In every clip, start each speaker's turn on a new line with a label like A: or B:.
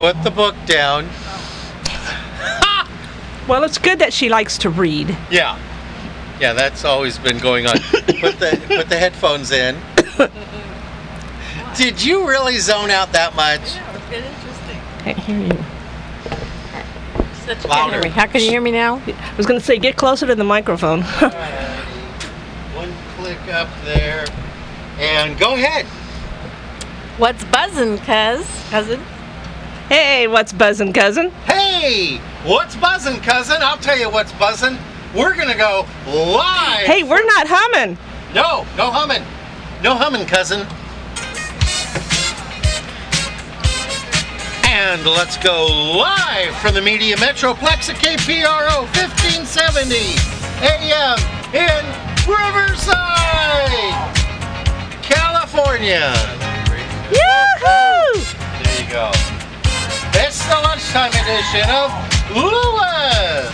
A: Put the book down.
B: Well, it's good that she likes to read.
A: Yeah. Yeah, that's always been going on. put the put the headphones in. Did you really zone out that much?
C: Yeah, it's been interesting.
D: Can't hear you.
C: Such a
A: Louder.
D: How can you hear me now? I was going to say, get closer to the microphone.
A: One click up there. And go ahead.
C: What's buzzing, cuz? Cousin?
B: hey, what's buzzing, cousin?
A: Hey, what's buzzing, cousin? I'll tell you what's buzzing. We're gonna go live.
B: Hey, we're not humming.
A: No, no humming. No humming, cousin. And let's go live from the Media Metroplex at KPRO 1570 AM in Riverside, California.
B: Yoo-hoo!
A: There you go. It's the lunchtime edition of Lewis.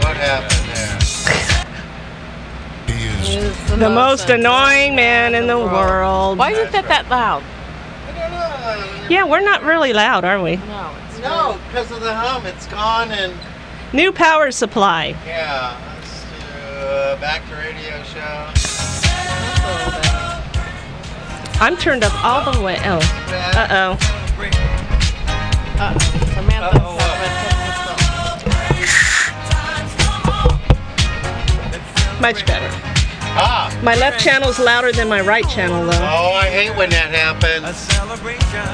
A: What happened there?
C: Is
B: The most annoying man in the world.
C: Why isn't that that loud?
A: I don't know.
B: Yeah, we're not really loud, are we?
C: No, it's
A: No, because of the hum, it's gone and.
B: New power supply.
A: Yeah, let's do uh, back to radio show.
B: I'm turned up all the way. Oh,
C: Uh-uh.
A: Back.
B: uh oh.
C: Uh, Samantha's
A: Uh-oh, what?
C: having
B: Much better.
A: Ah,
B: My left channel's louder than my right channel, though.
A: oh, I hate when that
E: A
A: happens.
E: celebration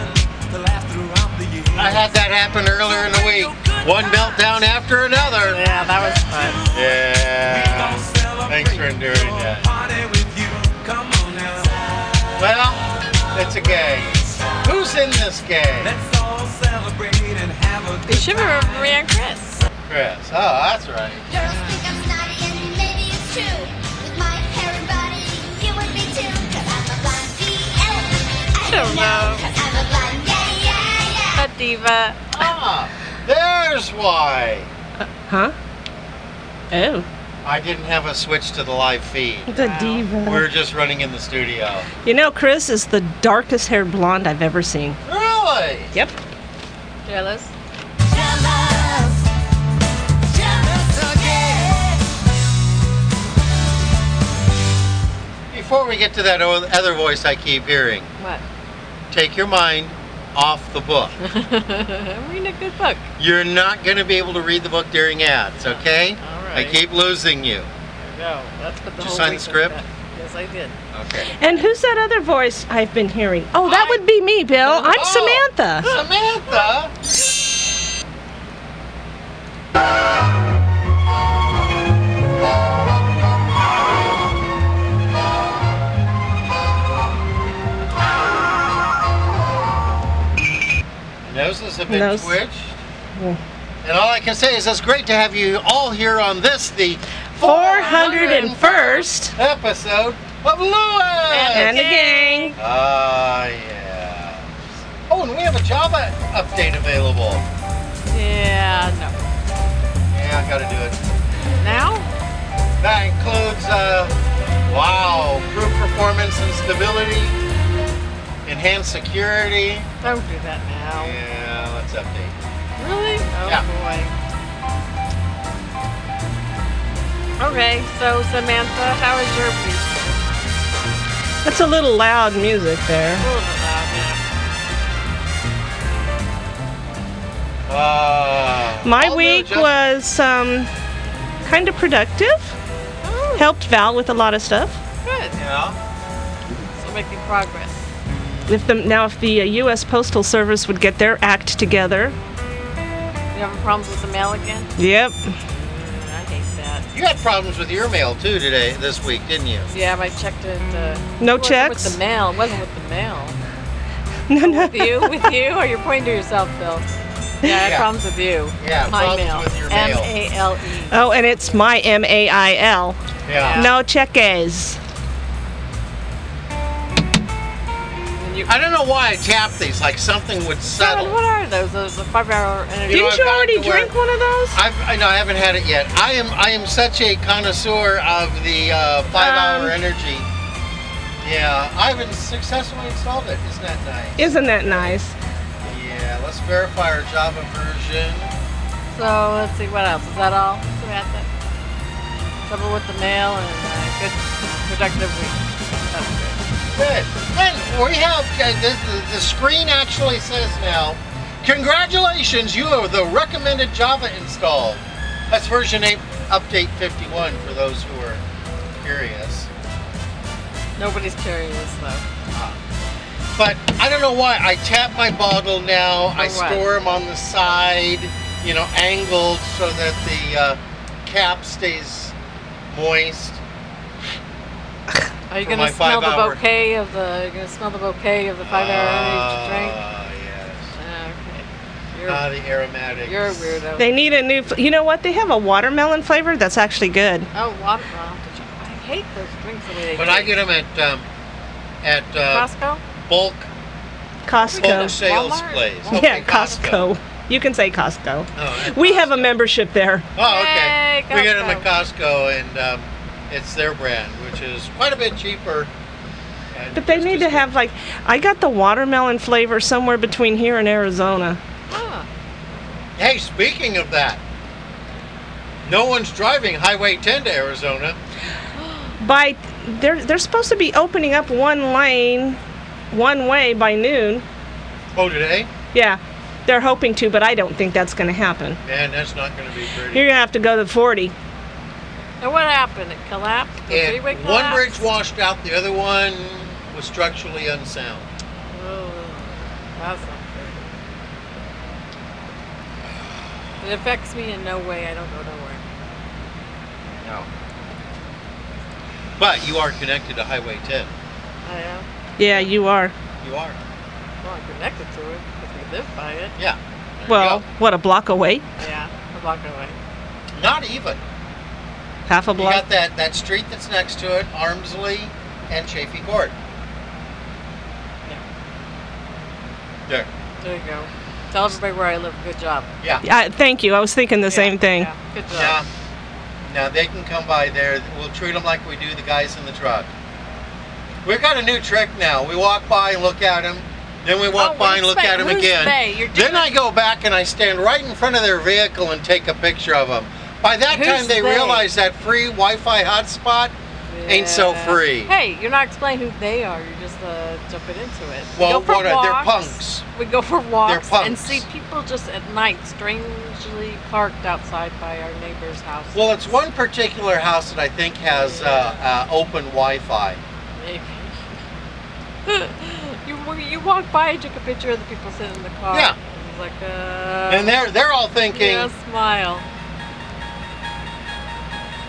E: to last throughout the year.
A: I had that happen earlier in the week. One meltdown after another.
C: Yeah, that was fun.
A: Yeah. Thanks for enduring that.
E: Party with you. Come on now.
A: Well, it's a gang. Who's in this gang?
E: Let's all celebrate and have a
C: You
E: good
C: should remember me and Chris.
A: Chris. Oh, that's right.
F: Girls think I'm snotty and maybe it's true. With my hair and body, you would be too. Cause I'm a blonde BL. I
C: don't
F: don't
C: know.
F: know. Cause I'm a blonde, yeah, yeah, yeah.
C: A diva.
A: Ah, there's why.
B: Huh? Oh.
A: I didn't have a switch to the live feed.
B: The diva.
A: We're just running in the studio.
B: You know, Chris is the darkest haired blonde I've ever seen.
A: Really?
B: Yep.
C: Jealous?
F: Jealous. Jealous again.
A: Before we get to that o- other voice I keep hearing,
C: What?
A: take your mind off the book.
C: Uh-huh, I'm reading a good book.
A: You're not going to be able to read the book during ads, okay? I
C: Alright.
A: keep losing you.
C: No, that's what the
A: Did you
C: whole
A: sign the
C: week was
A: script?
C: about. Yes, I did.
A: Okay.
B: And who's that other voice I've been hearing? Oh, that would be me, Bill. I'm
A: Oh.
B: Samantha.
A: Samantha! Noses have been
B: Nose.
A: twitched. And all I can say is it's great to have you all here on this, the
B: 401st.
A: episode of Lewis!
B: And the gang.
A: Ah, yeah. Oh, and we have a Java update available.
C: Yeah,
A: Yeah, I gotta do it.
C: no. Now?
A: That includes, uh, wow, group performance and stability, enhanced security.
C: Don't do that now.
A: Yeah, let's update.
C: Really? Oh
A: Yeah.
C: boy. Okay, so Samantha, how is your week?
B: That's a little loud music there.
C: A little bit loud,
A: Uh,
B: My
A: all new
B: week
A: adjust-
B: was um, kind of productive.
C: yeah. Oh,
B: Helped Val with a lot of stuff.
C: good.
A: Yeah.
C: So making progress.
B: If the, now, if the uh, U.S. Postal Service would get their act together.
C: You having problems with the mail again?
B: Yep.
A: Mm,
C: I hate that.
A: You had problems with your mail too today, this week, didn't you?
C: Yeah, I checked it. Uh,
A: Mm.
B: No
C: it wasn't
B: checks?
C: With the mail. It wasn't with the mail.
B: No, no.
C: With you? With you? Or you're pointing to yourself, Bill? Yeah, I had
A: Yeah.
C: problems with you.
A: Yeah,
C: My
A: problems
C: mail.
A: with your mail.
C: M-A-L-E.
B: Oh, and it's my M A I L.
A: Yeah.
B: No cheques.
C: And you-
A: I don't know why I tapped these, like something would
C: God,
A: settle.
C: what are those? Those are five-hour energy.
A: You know,
B: Didn't you
A: I've gotten
B: already
A: to where-
B: drink one of those?
A: I've, I know I haven't had it yet. I am I am such a connoisseur of the uh, five hour
B: Um,
A: energy. Yeah, I've successfully installed it. Isn't that nice?
B: Isn't that nice?
A: Yeah. Yeah, let's verify our Java version.
C: So let's see what else. Is that all? Samantha? Trouble with the mail and uh, good productive week. That's good.
A: Good. And we have uh, the, the- the screen actually says now, congratulations, you are the recommended Java install. That's version 8 update 51 for those who are curious.
C: Nobody's curious though.
A: But I don't know why I tap my bottle now. I
C: For what?
A: store them on the side, you know, angled so that the uh, cap stays moist.
C: Are you
A: For
C: gonna
A: my
C: smell the
A: five-hour-
C: bouquet of the? You're gonna smell the bouquet of the five hour drink.
A: Ah, yes.
C: Okay. You're,
A: Ah, the aromatics.
C: you're a weirdo.
D: They need a new. fl- You know what? They have a watermelon flavor that's actually good.
C: oh, watermelon. I hate those drinks the way they.
A: But I
C: taste.
A: get them at um, at uh,
C: Costco.
A: bulk bulk
D: Costco.
A: sales
C: Walmart?
A: place.
C: Walmart.
D: Yeah, Costco. You can say Costco.
A: Oh, at
D: We have a
A: Costco.
D: membership there.
A: Oh, okay.
C: Yay,
A: we get them at
C: Costco.
A: Costco, and um, it's their brand, which is quite a bit cheaper. and
D: But they
A: just
D: need
A: as
D: to
A: good.
D: have like, I got the watermelon flavor somewhere between here and Arizona.
C: Huh.
A: Hey, speaking of that, no one's driving Highway 10 to Arizona.
D: By they're they're supposed to be opening up one lane, one way by noon.
A: Oh, today?
D: Yeah, they're hoping to, but I don't think that's going to happen.
A: Man, that's not going to be pretty.
D: You're going to have to go to 40.
C: And what happened? It collapsed. The
A: And
C: freeway
A: one
C: collapsed.
A: bridge washed out, the other one was structurally unsound.
C: Oh, that's not good. It affects me in no way. I don't go nowhere.
A: No. But you are connected to Highway 10.
C: I am.
D: Oh, Yeah, you are.
A: You are.
C: Well, I'm connected to it because we live by it.
A: Yeah. There you
D: Well, what a block away,
C: Yeah, a block away.
A: go. not even.
D: half a
A: You
D: block.
A: got that, that street that's next to it, Armsley and Chafee Court. There.
C: There you go. Tell everybody where I live. Good job.
A: Yeah.
D: I, thank you. I was thinking the same thing.
C: Yeah, good job.
A: Yeah. Now they can come by there. We'll treat them like we do the guys in the truck. We've got a new trick now. We walk by and look at them. Then we walk
C: Oh,
A: by and
C: who's
A: look at
C: they?
A: them
C: Who's
A: again.
C: they? You're
A: Then
C: doing-
A: I go back and I stand right in front of their vehicle and take a picture of them. By that
C: Who's
A: time, they,
C: they?
A: realize that free Wi-Fi hotspot ain't so
C: Yeah.
A: free.
C: Hey, you're not explaining who they are. You're just uh, jumping into it. We
A: Well,
C: go for
A: what are- they're
C: walks.
A: punks.
C: We go for walks and
A: punks.
C: see people just at night strangely parked outside by our neighbor's house.
A: Well, it's one particular house that I think has uh, uh, open Wi-Fi.
C: Maybe. you wa- you walk by and took a picture of the people sitting in the car.
A: Yeah.
C: It's like uh.
A: And they're they're all thinking
C: yeah, smile.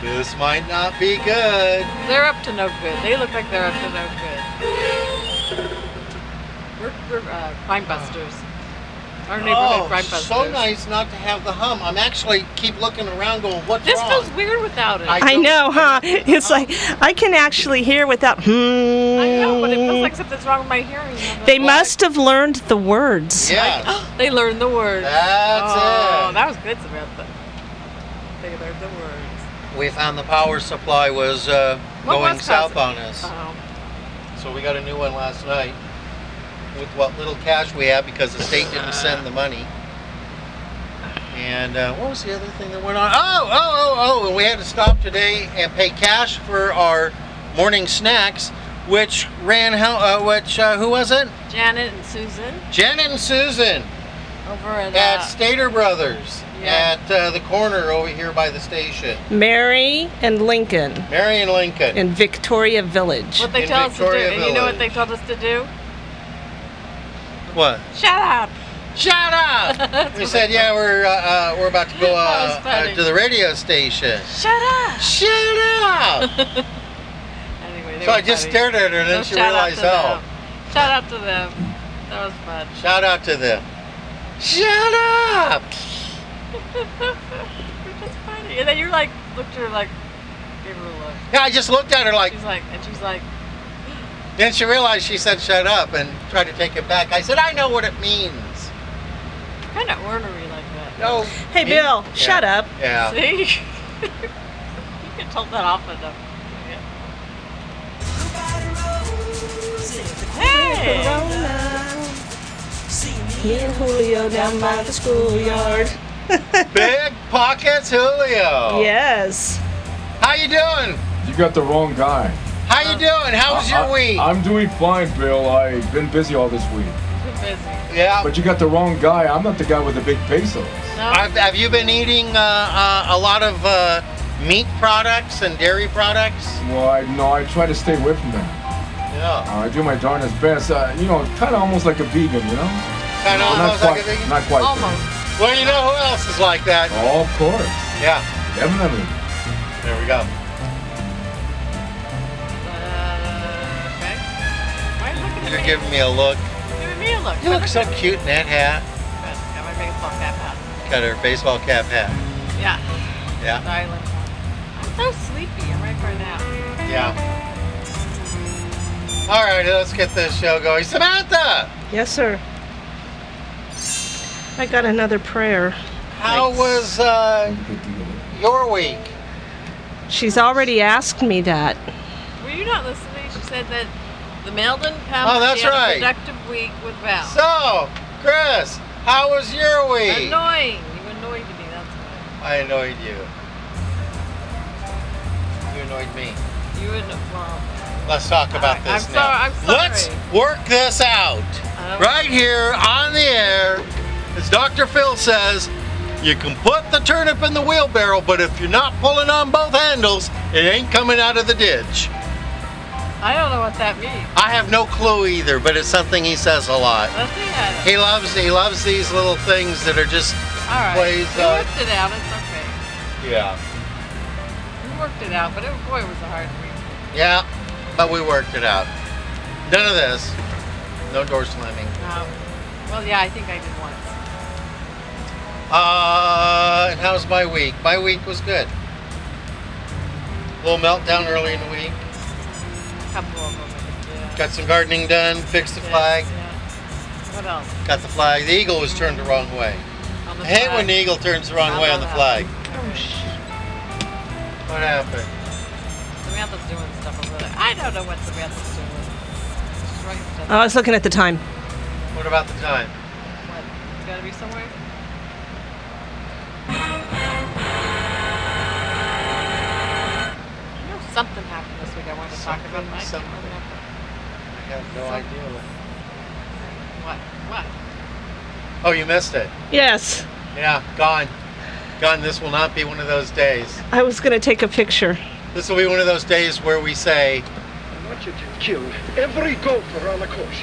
A: this might not be good.
C: They're up to no good. They look like they're up to no good. We're, we're uh, crime busters. Our neighborhood
A: Oh,
C: crime busters.
A: so nice not to have the hum. I'm actually keep looking around going, what's
C: This
A: wrong?
C: feels weird without it.
A: I-
D: I know, huh? It's like I can actually hear without. Hmm.
C: I know, but it feels
A: Oh.
C: like something's wrong with my hearing.
D: they must have learned the words.
A: yeah,
C: They learned the words.
A: that's
C: oh,
A: it.
C: that was good, Samantha. They learned the words.
A: we found the power supply was uh,
C: What
A: going
C: was
A: south
C: causing-
A: on us,
C: Oh,
A: so we got a new one last night with what little cash we had because the state didn't send the money. And uh, what was the other thing that went on? Oh, oh, oh, oh! And we had to stop today and pay cash for our morning snacks, which ran how? Uh, which uh, who was it?
C: Janet and Susan
A: Janet and Susan.
C: over at,
A: At
C: uh,
A: Stater Brothers,
C: Yeah.
A: at uh, the corner over here by the station,
D: Mary and Lincoln
A: Mary and Lincoln.
D: in Victoria Village.
C: what they
A: in
C: tell us
A: Victoria
C: to do. And you know what they
A: Village.
C: told us to do?
A: what?
C: Shut up.
A: Shut up! we said, yeah, we're uh, uh, we're about to go
C: That was
A: uh,
C: funny.
A: uh, to the radio station.
C: Shut up.
A: Shut up!
C: Anyway, they
A: so
C: were
A: I just
C: funny.
A: stared at her, and then
C: So
A: she
C: shout out
A: realized,
C: to
A: oh,
C: them. Shout out to them. That was fun.
A: shout out to them. Shut up!
C: We're just funny. And then you're like, looked at her like, gave her a look.
A: Yeah, I just looked at her like,
C: She's like, and she's like,
A: then she realized she said shut up and tried to take it back. I said, I know what it means.
C: kind of ornery like that.
A: No.
D: Hey, Bill, shut up.
A: Yeah.
C: See? you can tell that off enough. Hey!
E: See me
D: Me and Julio down by the schoolyard.
A: Big Pockets
C: Oh.
A: Julio.
D: Yes.
A: How you doing?
G: You got the wrong guy.
A: How you doing? How was your
G: I-
A: week?
G: I'm doing fine, Bill. I've been busy all this week.
C: Too busy.
A: yeah.
G: But you got the wrong guy. I'm not the guy with the big pesos.
C: No.
A: Have, have you been eating uh, uh, a lot of uh, meat products and dairy products?
G: Well, I, no, I try to stay away from them.
A: Yeah.
G: Uh, I do my darnest best. Uh, you know, kind of almost like a vegan, you know?
A: Kind of
G: not
A: almost
G: quite.
A: like a vegan?
G: Not quite.
C: Almost.
A: Well, you know who else is like that?
G: Oh, of course.
A: Yeah.
G: Definitely.
A: There we go.
C: Uh, okay. Why are you looking at
A: You're
C: me?
A: giving me a look.
C: Giving me a look.
A: You look so cute in that hat.
C: Got my baseball cap out.
A: Got her baseball cap hat.
C: Yeah.
A: Yeah.
C: Sorry, Linda. I'm so sleepy. I'm ready for a nap.
A: Yeah. All right, let's get this show going. Samantha,
D: Yes, sir. I got another prayer.
A: how was uh,
G: Good deal.
A: your week?
D: She's already asked me that.
C: Were you not listening? She said that the mail didn't come.
A: Oh,
C: and
A: that's
C: she had
A: right.
C: A productive week with Val.
A: So, Chris, how was your week?
C: annoying. You annoyed me. That's what.
A: I annoyed you. You annoyed me.
C: You annoyed. Well,
A: Let's talk about
C: Alright,
A: this
C: I'm
A: now.
C: sorry- I'm sorry.
A: Let's work this out.
C: Um,
A: right here on the air, as Dr. Phil says, you can put the turnip in the wheelbarrow, but if you're not pulling on both handles, it ain't coming out of the ditch.
C: I don't know what that means.
A: I have no clue either, but it's something he says a lot.
C: Let's see that.
A: He loves he loves these little things that are just
C: All right.
A: plays,
C: you
A: uh,
C: worked it out. It's okay.
A: yeah
C: You worked it out, but it, boy, it was a hard week.
A: yeah, but we worked it out. None of this, no door slamming.
C: Um, well, yeah, I think I did once.
A: Uh, and how's my week? My week was good. little meltdown early in the week.
C: A couple of them. I think, Yeah.
A: Got some gardening done, fixed the
C: Yes,
A: flag,
C: yeah. What else?
A: got the flag. The eagle was turned the wrong way.
C: On the
A: I hate
C: flag.
A: when the eagle turns the wrong
C: How
A: way
C: about
A: on the
C: that?
A: flag.
C: All right.
A: What happened?
C: Samantha's doing stuff over there. I don't know what Samantha's doing. She's writing stuff.
D: Oh, I was looking at the time.
A: What about the time?
C: What? It's gotta be somewhere. I know something happened this week. I wanted to talk about.
A: Something,
C: but I
A: something.
C: can't remember.
A: I have no
C: Something.
A: idea.
C: What? What?
A: Oh, you missed it.
D: Yes.
A: Yeah, gone. Gone. This will not be one of those days.
D: I was going to take a picture.
A: This will be one of those days where we say,
H: I want you to kill every gopher on the course.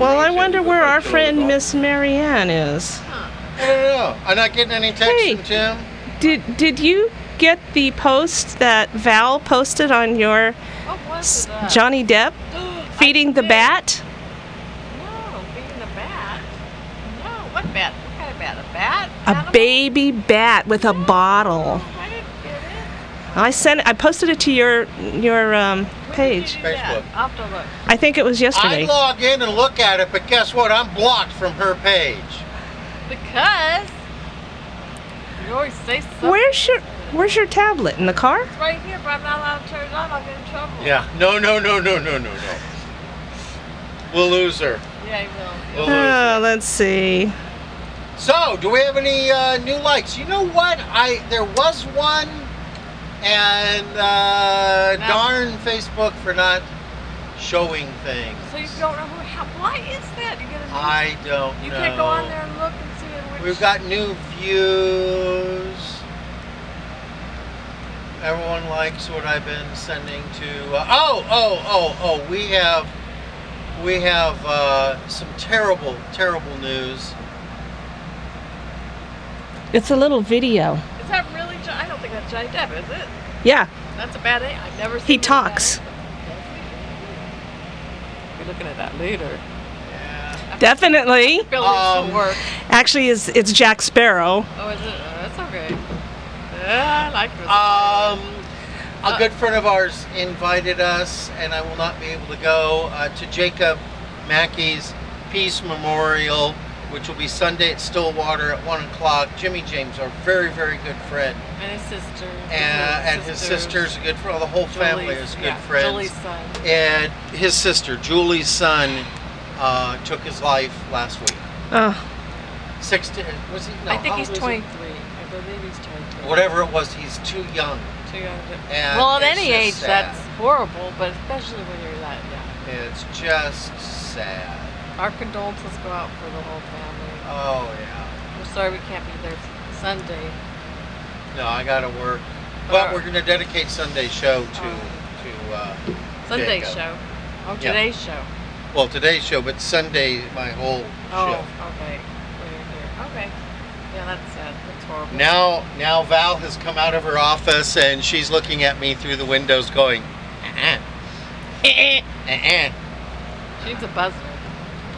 D: Well, I wonder where our friend Miss Marianne is.
A: I don't know. I'm not getting any text
D: Hey.
A: from Jim.
D: Did did you get the post that Val posted on your
C: What was
D: s-
C: it? uh,
D: Johnny Depp
C: I
D: feeding the
C: did.
D: bat?
C: No, feeding the bat. No, what bat? What kind of bat? A bat?
D: A
C: Animal?
D: baby bat with a bottle.
C: I didn't get it.
D: I sent I posted it to your your um,
C: When
D: page.
C: Did you do that?
A: Facebook.
C: I'll have to look.
D: I think it was
A: I
D: yesterday.
A: log in and look at it, but guess what? I'm blocked from her page.
C: Because you always say something.
D: Where's your Where's your tablet in the car?
C: It's right here, but I'm not allowed to turn it on. I'll get in trouble.
A: Yeah. No, no, no, no, no, no, no. We'll lose her.
C: Yeah, you will.
A: We'll lose her.
D: Oh, let's see.
C: Uh.
A: So, do we have any uh, new likes? You know what? I there was one, and uh,
C: No.
A: darn Facebook for not showing things.
C: So you don't know who? How, why is that? You get a new,
A: I don't
C: You
A: know.
C: can't go on there and look and see in which.
A: We've got new views. Everyone likes what I've been sending to. Uh, oh, oh, oh, oh! We have, we have uh, some terrible, terrible news.
D: It's a little video.
C: Is that really? Jo- I don't think that's Johnny Depp, is it?
D: Yeah.
C: That's a bad name. I've never seen.
D: He
C: him in
D: talks.
C: that. We're looking at that later.
D: Definitely.
C: Billy
A: Um,
C: um, work.
D: Actually, it's, it's Jack Sparrow.
C: Oh, is it? Oh, that's okay. Yeah, I like this.
A: Um, a good friend of ours invited us, and I will not be able to go uh, to Jacob Mackey's Peace Memorial, which will be Sunday at Stillwater at one o'clock. Jimmy James, our very, very good friend,
C: and his sister.
A: and, and his sister's a good friend. The whole family
C: Julie's-
A: is good
C: yeah,
A: friends.
C: Julie's son.
A: And his sister, Julie's son, uh, took his life last week.
D: Oh,
A: Sixteen? Was he? No,
C: I think
A: how
C: he's
A: old is he?
C: 23. I believe he's 23.
A: Whatever it was, he's too young.
C: Too young to-
A: And
C: well, at
A: it's
C: any
A: just
C: age,
A: sad.
C: that's horrible, but especially when you're that young.
A: It's just sad.
C: Our condolences go out for the whole family.
A: Oh yeah.
C: We're sorry we can't be there Sunday.
A: No, I gotta work. But
C: Alright.
A: we're gonna dedicate Sunday's show to
C: Oh.
A: to uh,
C: Sunday
A: Jacob.
C: show. Oh,
A: Yeah.
C: today's show.
A: Well, today's show, but Sunday my whole
C: Oh, okay. We're here. Okay. Yeah, that's sad. That's horrible.
A: show. Now, now Val has come out of her office and she's looking at me through the windows, going, uh-uh, uh-uh, uh-uh.
C: She's a buzzer.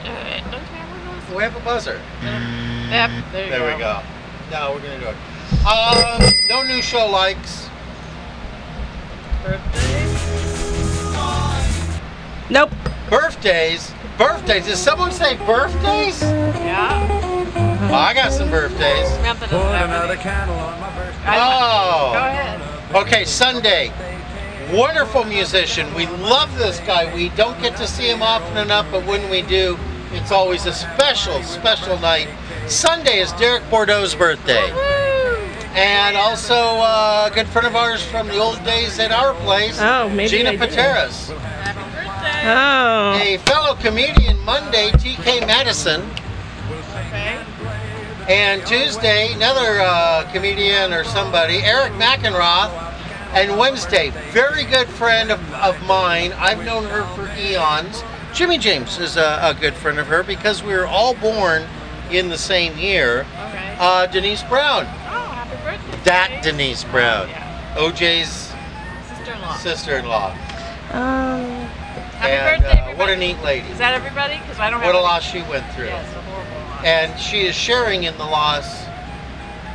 C: Okay, we're going to-
A: We have a buzzer.
C: Yep, there you
A: There
C: go.
A: we go. No, we're gonna do it. Um, no new show likes.
C: Birthdays?
D: nope.
A: Birthdays. Birthdays. Did someone say birthdays?
C: Yeah.
A: Oh, I got some birthdays.
C: Samantha doesn't have any.
E: candle on my birthday.
A: Oh.
C: Go ahead.
A: Okay, Sunday. Wonderful musician. We love this guy. We don't get to see him often enough, but when we do, it's always a special, special night. Sunday is Derek Bordeaux's birthday. And also uh, a good friend of ours from the old days at our place,
D: Oh, maybe
A: Gina
D: I do.
A: Pateras.
D: Oh,
A: A fellow comedian Monday, TK Madison. And Tuesday, another uh, comedian or somebody, Eric McEnroth. And Wednesday, very good friend of, of mine. I've known her for eons. Jimmy James is a, a good friend of her because we were all born in the same year.
C: Okay.
A: Uh, Denise Brown.
C: oh, happy birthday.
A: That
C: Jay.
A: Denise Brown.
C: Yeah.
A: OJ's
C: Sister-in-law.
A: sister in law.
D: um,
C: Happy
A: and
C: birthday,
A: uh, what a
C: everybody.
A: neat lady.
C: Is that everybody? Because I don't
A: What
C: have
A: a
C: any-
A: loss she went through.
C: Yeah, it's a horrible loss.
A: and she is sharing in the loss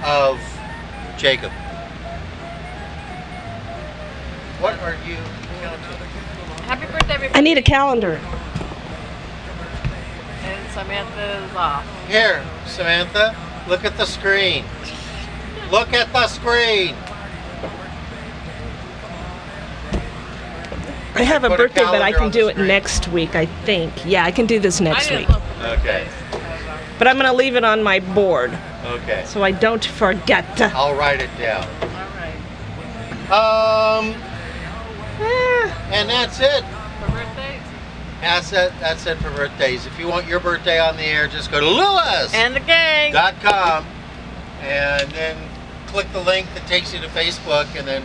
A: of Jacob. What are you counting?
C: Happy birthday, everybody.
D: I need a calendar.
C: And Samantha is off.
A: Here, Samantha, look at the screen. Look at the screen.
D: I have a
A: Put a
D: birthday, but I
A: calendar
D: can
A: on the
D: do it
A: screen.
D: next week, I think. Yeah, I can do this next
C: I didn't
D: week.
C: look for
A: Okay.
C: birthdays.
D: But I'm going to leave it on my board
A: Okay.
D: so I don't forget.
A: I'll write it down.
C: All right.
A: Um,
D: Eh,
A: and that's it.
C: For birthdays?
A: That's it. That's it for birthdays. If you want your birthday on the air, just go to Lula's.
C: And the gang.
A: dot com and then click the link that takes you to Facebook and then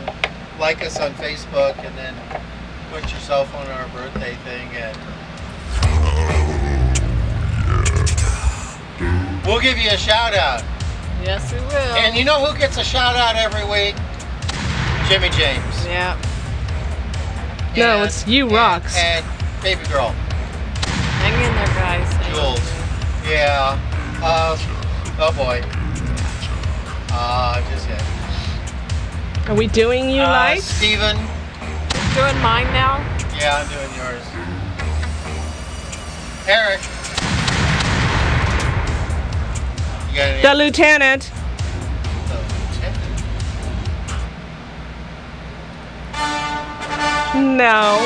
A: like us on Facebook and then put yourself on our birthday thing and we'll give you a shout out.
C: Yes, we will.
A: And you know who gets a shout out every week? Jimmy James.
C: yeah.
D: No,
A: And-
D: it's you
A: and-
D: rocks.
A: And, baby girl,
C: Hang in there, guys. Hang in
A: Jules. Yeah. Uh, oh boy. Uh, just hit.
D: Are we doing you
A: uh,
D: like?
A: Steven.
C: Doing mine now?
A: Yeah, I'm doing yours. Eric. You got any?
D: The lieutenant. No.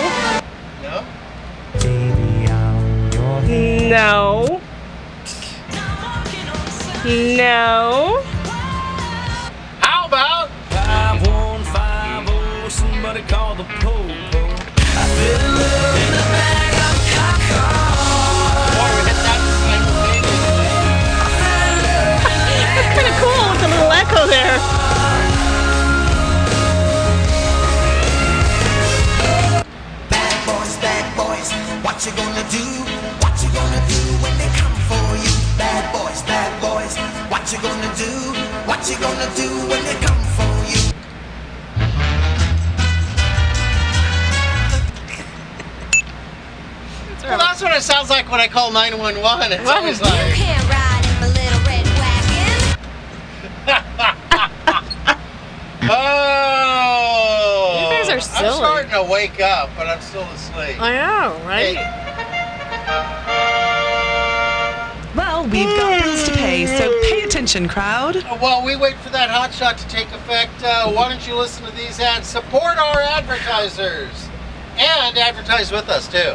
A: No?
D: No. No.
A: How about?
E: 5150, oh, somebody call the po-po.
A: Boy, we hit that
D: That's kind of cool with the little echo there.
I: Bad boys, bad boys, what you gonna do? What you gonna do when they come for you? Bad boys, bad boys, what you gonna do? What you gonna do when they come for you?
A: simultaneously. Well, that's what it sounds like when I call 911. It's always like,
F: can't ride in my little red wagon.
A: oh.
C: You guys are
A: I'm
C: silly.
A: starting to wake up, but I'm still asleep.
C: I know, right?
A: Hey,
J: Well, we've got bills to pay, so pay attention, crowd.
A: while we wait for that hot shot to take effect, uh, why don't you listen to these ads? Support our advertisers and advertise with us too.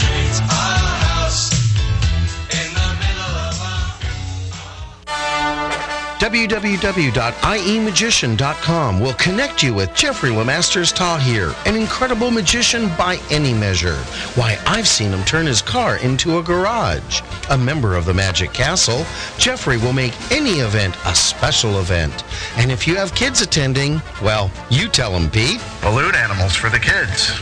K: E www.iemagician.com will connect you with Jeffrey Lemasters Tahir, an incredible magician by any measure. Why, I've seen him turn his car into a garage. A member of the Magic Castle, Jeffrey will make any event a special event. And if you have kids attending, well, you tell them, Pete.
L: Balloon animals for the kids.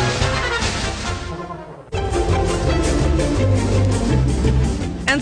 J: And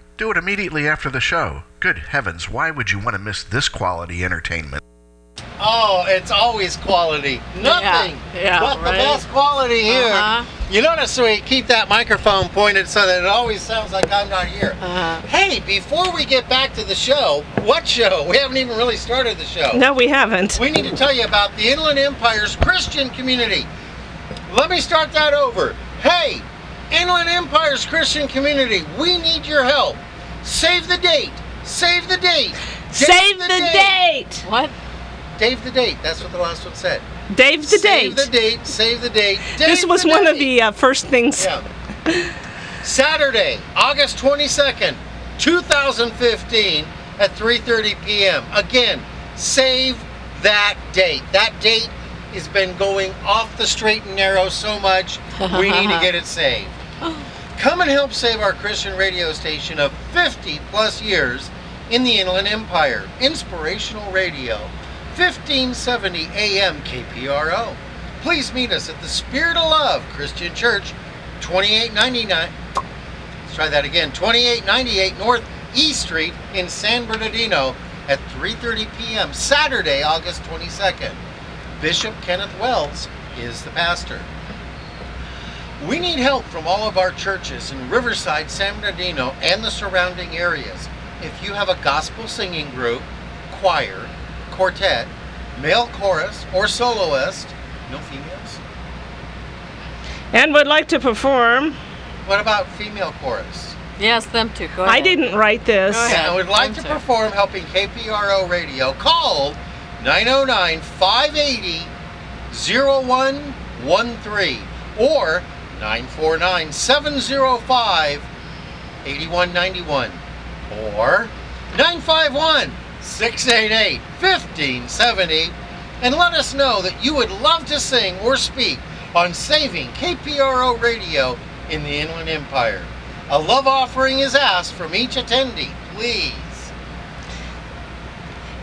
L: Do it immediately after the show. Good heavens, why would you want to miss this quality entertainment?
A: Oh, it's always quality. Nothing
C: Yeah, yeah,
A: but the
C: right.
A: best quality here.
C: Uh-huh.
A: You notice we keep that microphone pointed so that it always sounds like I'm not here.
C: Uh-huh.
A: Hey, before we get back to the show, what show? We haven't even really started the show.
B: No, we haven't.
A: We need to tell you about the Inland Empire's Christian community. Let me start that over. Hey, Inland Empire's Christian community, we need your help. Save the date. Save the date.
B: Save the date.
C: What?
A: Save the date. That's what the last one said.
B: Dave the
A: Save
B: date.
A: the date. Save the date.
B: This
A: Dave
B: was
A: the
B: one
A: date.
B: of the uh, first things.
A: Yeah. Saturday, August 22nd, 2015 at 3:30 p.m. Again, save that date. That date has been going off the straight and narrow so much. We need to get it saved. Come and help save our Christian radio station of 50 plus years in the Inland Empire. Inspirational Radio, 1570 AM KPRO. Please meet us at the Spirit of Love Christian Church, 2899. Let's try that again. 2898 North E Street in San Bernardino at 3:30 p.m. Saturday, August 22nd. Bishop Kenneth Wells is the pastor. We need help from all of our churches in Riverside, San Bernardino, and the surrounding areas. If you have a gospel singing group, choir, quartet, male chorus, or soloist, no females?
B: And would like to perform.
A: What about female chorus?
C: Yes, them too. Go ahead.
B: I didn't write this.
C: Go ahead.
A: I would like to
C: Enter.
A: perform helping KPRO radio. Call 909 580 0113 or 949 705 8191 or 951 688 1570 and let us know that you would love to sing or speak on saving KPRO radio in the Inland Empire. A love offering is asked from each attendee, please.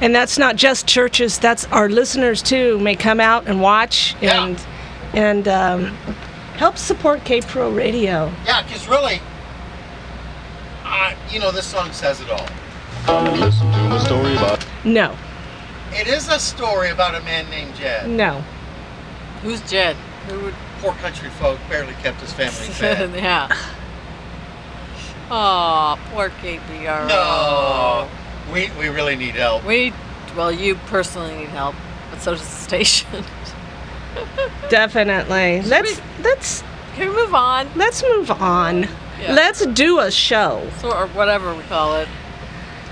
B: And that's not just churches. That's our listeners too may come out and watch
A: Yeah.
B: and and um, help support K Pro Radio.
A: Yeah, because really, I, you know, this song says it all.
B: No,
A: It is a story about a man named Jed.
B: no.
C: Who's Jed? Who would?
A: Poor country folk barely kept his family fed.
C: yeah. Oh, poor KPR.
A: No. We, we really need help.
C: We, well, you personally need help, but so does the station.
B: Definitely. Let's let's
C: can we move on?
B: Let's move on.
C: Yeah.
B: Let's do a show.
C: So, or whatever we call it.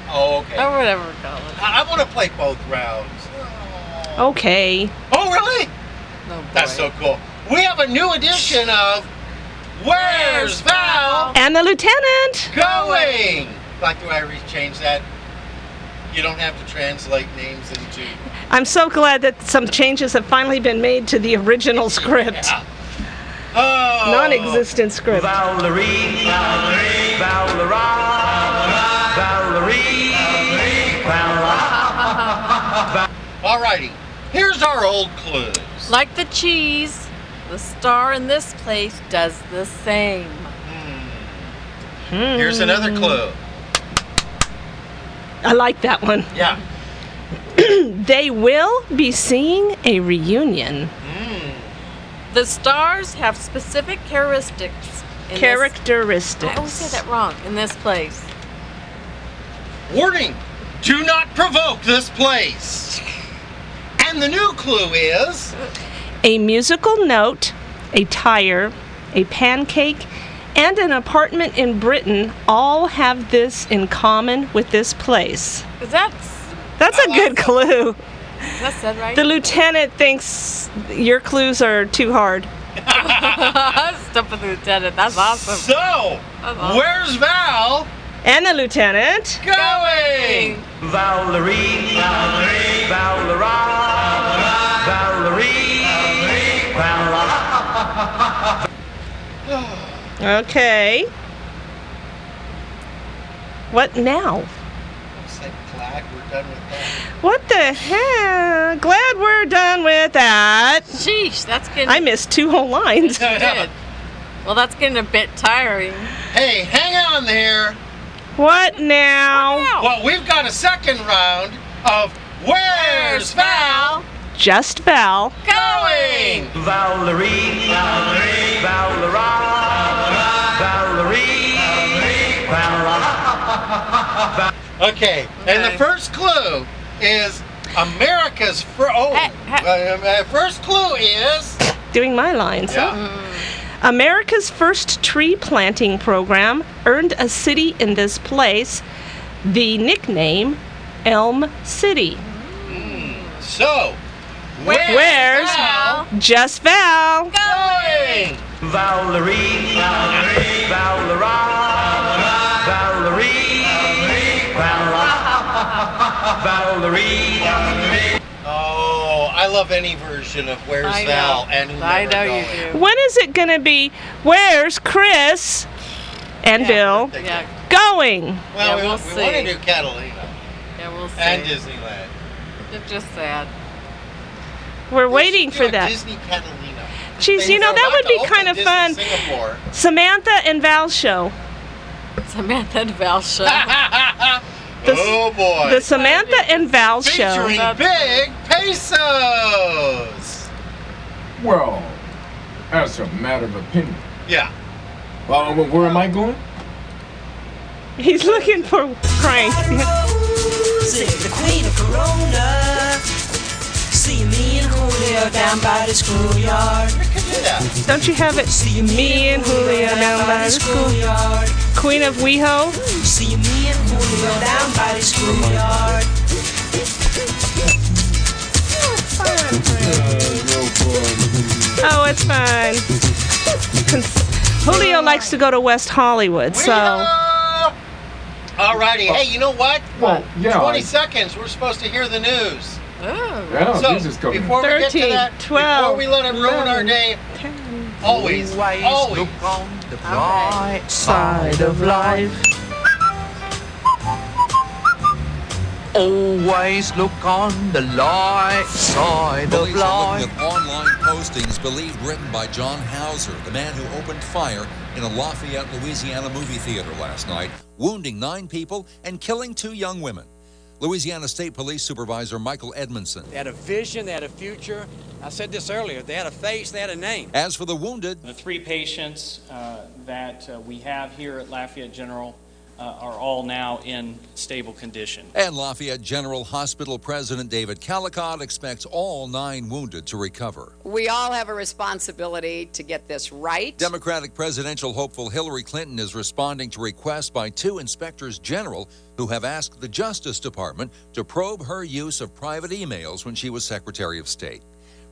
A: Oh, okay.
C: Or whatever we call it.
A: I, I want to play both rounds.
B: Okay.
A: Oh, really?
C: No boy.
A: That's so cool. We have a new edition of Where's Val
B: And the lieutenant.
A: Going? Like, do I rechange that? You don't have to translate names into.
B: I'm so glad that some changes have finally been made to the original script.
A: Oh!
B: Non-existent script.
M: Valerie, Valerie, Valerie, Valerie,
A: Oh, Alrighty. Here's our old clues.
C: Like the cheese, the star in this place does the same.
A: Here's another clue.
B: I like that one.
A: Yeah.
B: They will be seeing a reunion.
C: The stars have specific characteristics. In This,
B: Characteristics.
C: I always say that wrong. In this place.
A: Warning! Do not provoke this place. And the new clue is
B: A musical note, a tire, a pancake, and an apartment in Britain all have this in common with this place.
C: Is that is
B: That's a good clue.
C: that said right?
B: The lieutenant thinks your clues are too hard.
C: Stuff with the lieutenant. That's awesome.
A: so. Where's Val
B: And the lieutenant.
A: going?
M: Valerie, Valerie, Valerie, Valerie, Valerie.
B: Okay. What now?
A: I said glad we're done with that.
B: What the heck? Glad we're done with that.
C: Sheesh, that's getting.
B: I missed two whole lines.
C: You did. Well, that's getting a bit tiring.
A: Hey, hang on there.
B: What now?
A: Well, we've got a second round of Where's Val
B: Just Val.
A: going?
M: Valerie, Valerie, Valerie, Valerie, Valerie.
A: Okay, and the
C: Okay.
A: first clue is America's fir- oh,
C: Hey, hey.
A: uh, uh, first clue is
B: Doing my lines. huh?
A: yeah.
B: America's first tree planting program earned a city in this place the nickname Elm City.
A: So, where's,
B: Where's
A: Val
B: Just Val.
A: going?
M: Valerie, Valerie, Valerie, Valerie, Valerie, Valerie.
A: Oh, I love any version of Where's
C: I
A: Val
C: know.
A: and
C: I
A: whomever
C: know
A: going.
C: you do.
B: When is it going to be Where's Chris and Bill
A: They-
C: Yeah,
B: going?
A: Well, we,
C: Yeah, we'll
A: we want to
C: see.
A: do Catalina
C: yeah, we'll see.
A: and Disneyland.
C: It's just sad.
B: We're
A: They
B: waiting
A: should do
B: for
A: a
B: that.
A: Disney Catalina.
B: Jeez,
A: They
B: you know,
A: are
B: that
A: about
B: would
A: to
B: be
A: open
B: kind of
A: Disney
B: fun.
A: Singapore.
B: Samantha and Val's show.
C: Samantha and Val show.
B: The s-
A: oh boy.
B: The Samantha and Val show.
A: Featuring big pesos.
G: Well, that's a matter of opinion.
A: Yeah.
G: Uh, wh- where am I going?
B: He's looking for crank.
J: Music, the queen of Corona. See me and Julio down by the schoolyard.
A: We could do that.
B: Don't you have it?
J: See
B: Me and Julio down by the school.
J: schoolyard.
B: Queen of WeHo.
J: See me and Julio down by the schoolyard.
A: Uh,
B: Oh, it's fine. Cons- Julio likes to go to West Hollywood, so
A: Weehaw! Alrighty. Hey, you know what?
G: Well, yeah.
A: 20
G: I,
A: seconds. We're supposed to hear the news.
C: Ooh.
G: yeah,
A: so
G: Oh, this is coming.
A: before we get to
B: 13,
A: that,
B: 12,
A: before we let it ruin our day, always, always.
M: on the bright side of life. Always look on the light side of
N: Police are
M: life.
N: looking at online postings believed written by John Hauser, the man who opened fire in a Lafayette, Louisiana movie theater last night, wounding nine people and killing two young women. Louisiana State Police Supervisor Michael Edmondson.
O: They had a vision, they had a future. I said this earlier, they had a face, they had a name.
N: As for the wounded,
P: The three patients uh, that uh, we have here at Lafayette General
Q: uh, are all now in stable condition.
N: And Lafayette General Hospital President David Calicott expects all nine wounded to recover.
R: We all have a responsibility to get this right.
N: Democratic presidential hopeful Hillary Clinton is responding to requests by two inspectors general who have asked the Justice Department to probe her use of private emails when she was Secretary of State.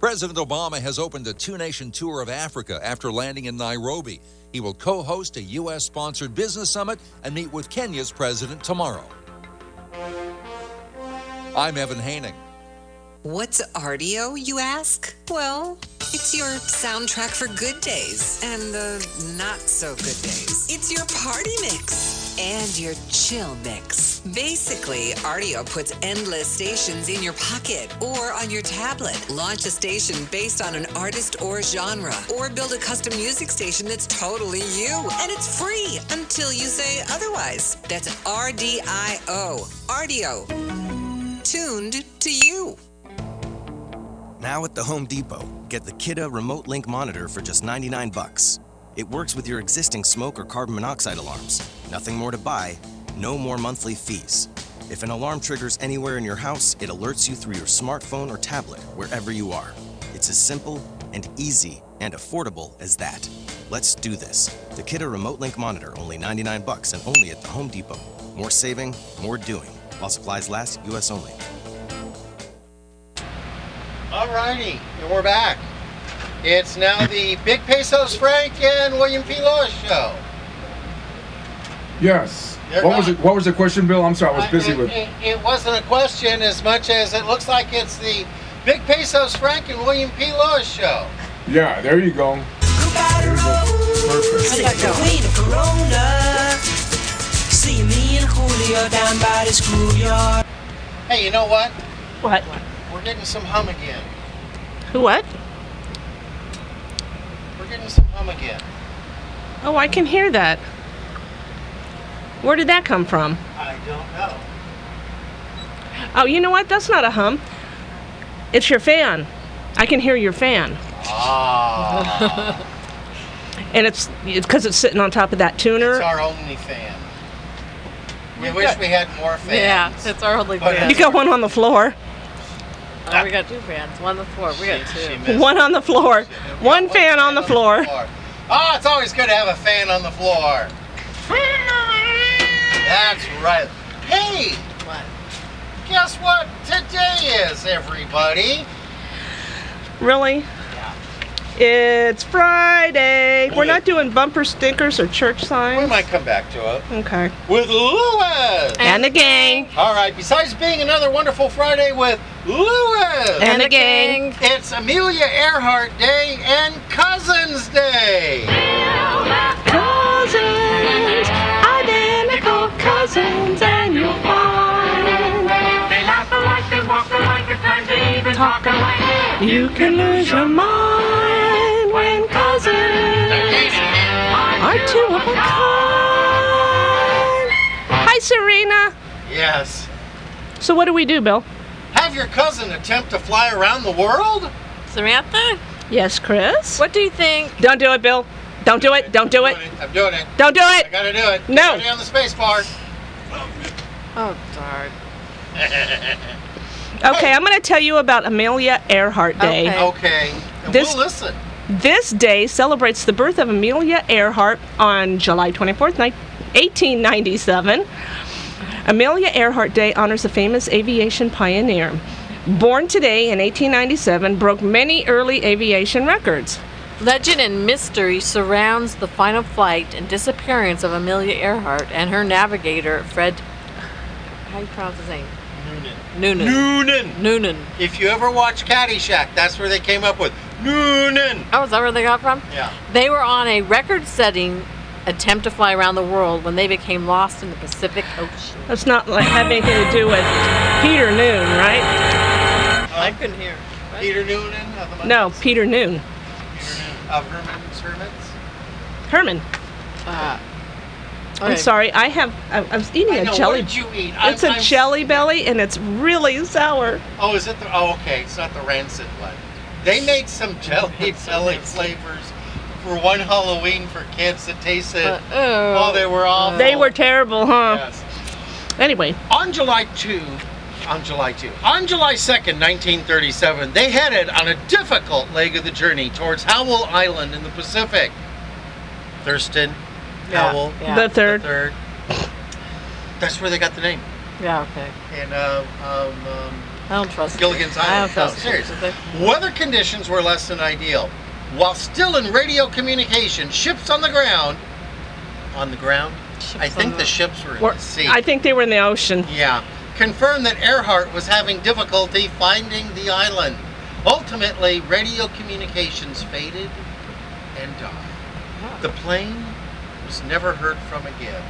N: President Obama has opened a two nation tour of Africa after landing in Nairobi. He will co host a U.S. sponsored business summit and meet with Kenya's president tomorrow. I'm Evan Haining.
J: What's RDO, you ask? Well, it's your soundtrack for good days and the not so good days. It's your party mix and your chill mix. Basically, RDO puts endless stations in your pocket or on your tablet. Launch a station based on an artist or genre, or build a custom music station that's totally you. And it's free until you say otherwise. That's RDIO. RDO. Tuned to you.
K: Now at the Home Depot, get the Kidda Remote Link monitor for just 99 bucks. It works with your existing smoke or carbon monoxide alarms. Nothing more to buy, no more monthly fees. If an alarm triggers anywhere in your house, it alerts you through your smartphone or tablet, wherever you are. It's as simple and easy and affordable as that. Let's do this. The Kidda Remote Link monitor, only 99 bucks and only at the Home Depot. More saving, more doing. While supplies last, US only.
A: Alrighty, and we're back. It's now the Big Pesos Frank and William P. Lewis show.
G: Yes.
A: They're
G: what was
A: gone.
G: it? What was the question, Bill? I'm sorry, I was busy
A: it,
G: with.
A: It, it wasn't a question as much as it looks like it's the Big Pesos Frank and William P. Lewis show.
G: Yeah, there you go. There you go. Perfect.
S: Queen of Corona. See me and Julio down by the schoolyard.
A: Hey, you know what?
B: What?
A: We're getting some hum again.
B: Who what?
A: We're getting some hum again.
B: Oh, I can hear that. Where did that come from?
A: I don't know.
B: Oh, you know what? That's not a hum. It's your fan. I can hear your fan.
A: Ah.
B: And it's it's because it's sitting on top of that tuner.
A: It's our only fan. We wish we had more fans.
C: Yeah, it's our only
A: But
C: fan.
B: You got one on the floor,
C: Oh, we got two fans. One on the floor. We got two.
B: one on the floor, one fan on the floor.
A: Ah, it's always good to have a fan on the floor. That's right. Hey, guess what today is, everybody?
B: Really? It's Friday. We're not doing bumper stickers or church signs. We
A: might come back to it.
B: Okay.
A: With Lewis!
B: And the gang.
A: All right, besides being another wonderful Friday with Lewis
B: And the gang.
A: it's Amelia Earhart Day and Cousins Day.
S: Cousins, identical cousins, and you'll find they laugh alike, they walk alike, at times they even talk alike.
B: You can lose your mind when cousins are two of a kind. Hi, Serena.
A: Yes.
B: So what do we do, Bill?
A: Have your cousin attempt to fly around the world?
C: Samantha?
B: Yes, Chris.
C: What do you think?
B: Don't do it, Bill. Don't do it. Don't do it.
A: I'm doing it.
B: Don't do it.
A: I gotta do it.
B: No.
A: Put me on the space bar.
C: Oh, darn.
B: Okay, I'm going to tell you about Amelia Earhart Day.
A: Okay. And
B: This-
A: we'll listen.
B: This day celebrates the birth of Amelia Earhart on July 24th, ni- 1897. Amelia Earhart Day honors a famous aviation pioneer. Born today in 1897, broke many early aviation records.
C: Legend and mystery surrounds the final flight and disappearance of Amelia Earhart and her navigator, Fred. How do you pronounce his name? Noonan.
A: Noonan.
C: Noonan.
A: If you ever watch Caddyshack, that's where they came up with Noonan.
C: Oh, is that where they got from?
A: Yeah.
C: They were on a record setting attempt to fly around the world when they became lost in the Pacific Ocean.
B: That's not like have anything to do with Peter Noon, right?
C: I couldn't hear.
A: Uh, Peter Noonan of the
B: No, Peter Noon.
A: of Herman's uh, Hermits.
B: Herman. I'm
A: okay.
B: sorry, I have. I, I was eating
A: I
B: a
A: know, what
B: jelly.
A: did you eat? I-
B: It's a
A: I'm-
B: jelly belly, and it's really sour.
A: Oh, is it the? Oh, okay. It's not the rancid one. They made some jelly belly flavors for one Halloween for kids that tasted. oh, they were awful.
B: They were terrible, huh?
A: Yes.
B: Anyway,
A: On July 2, on July 2, on July 2nd, 1937, they headed on a difficult leg of the journey towards Howell Island in the Pacific. Thurston,
C: Yeah,
A: Howell,
C: yeah. The
B: third.
A: That's where they got the name.
C: Yeah, okay.
A: And uh, um, um,
C: I don't trust
A: Gilligan's
C: it. I don't
A: Island. No,
C: trust
A: serious.
C: it. They-
A: Weather conditions were less than ideal. While still in radio communication, ships on the ground, on the ground. I think the ships were in
B: Were-
A: the sea.
B: I think they were in the ocean.
A: Yeah. Confirmed that Earhart was having difficulty finding the island. Ultimately, radio communications faded and died. The plane was never heard from again.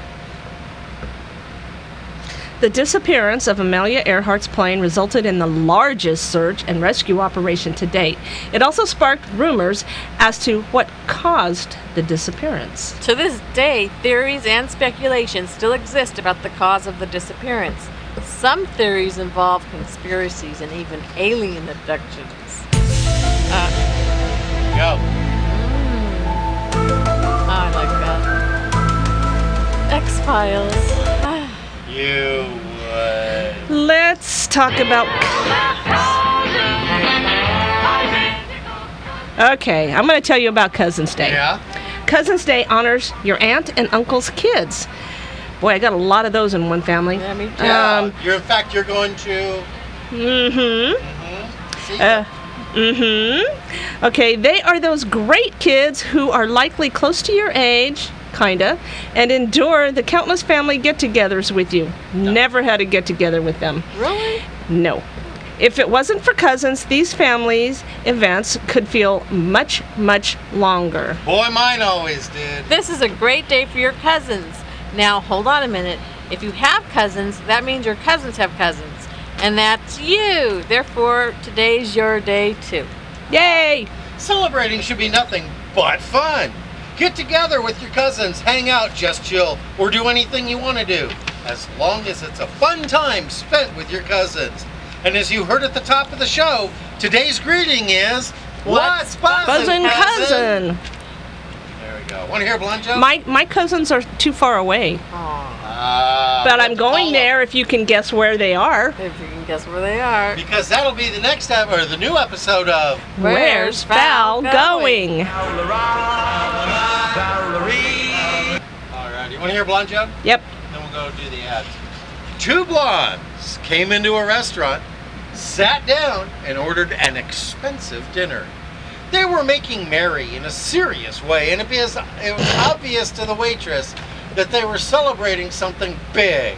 B: The disappearance of Amelia Earhart's plane resulted in the largest search and rescue operation to date. It also sparked rumors as to what caused the disappearance.
C: To this day, theories and speculations still exist about the cause of the disappearance. Some theories involve conspiracies and even alien abductions. Uh,
A: Go.
C: I like that. X Files.
A: You would.
B: Let's talk about. Okay, I'm going to tell you about Cousins Day.
A: Yeah.
B: Cousins Day honors your aunt and uncle's kids. Boy, I got a lot of those in one family. Yeah, me
A: Yeah. you're, in fact, you're going to.
B: Mm-hmm. Uh, mm-hmm. Okay, they are those great kids who are likely close to your age, kinda, and endure the countless family get-togethers with you. Never had a get-together with them.
C: Really?
B: No. If it wasn't for cousins, these families' events could feel much, much longer.
A: Boy, mine always did.
C: This is a great day for your cousins. Now, hold on a minute. If you have cousins, that means your cousins have cousins. And that's you. Therefore, today's your day too.
B: Yay!
A: Celebrating should be nothing but fun. Get together with your cousins, hang out, just chill, or do anything you want to do, as long as it's a fun time spent with your cousins. And as you heard at the top of the show, today's greeting is What's, buzzin',
B: Buzzin' cousin.
A: There we go. Want to hear Blonjo?
B: My my cousins are too far away.
A: Ah,
B: but I'm going there if you can guess where they are.
C: If you can guess where they are.
A: because that'll be the next time or the new episode of
B: Where's Val going?
A: Alright, you want to hear Blonjo?
B: Yep.
A: Then we'll go do the ads. Two blondes came into a restaurant, sat down, and ordered an expensive dinner. They were making merry in a serious way, and it was, it was obvious to the waitress that they were celebrating something big.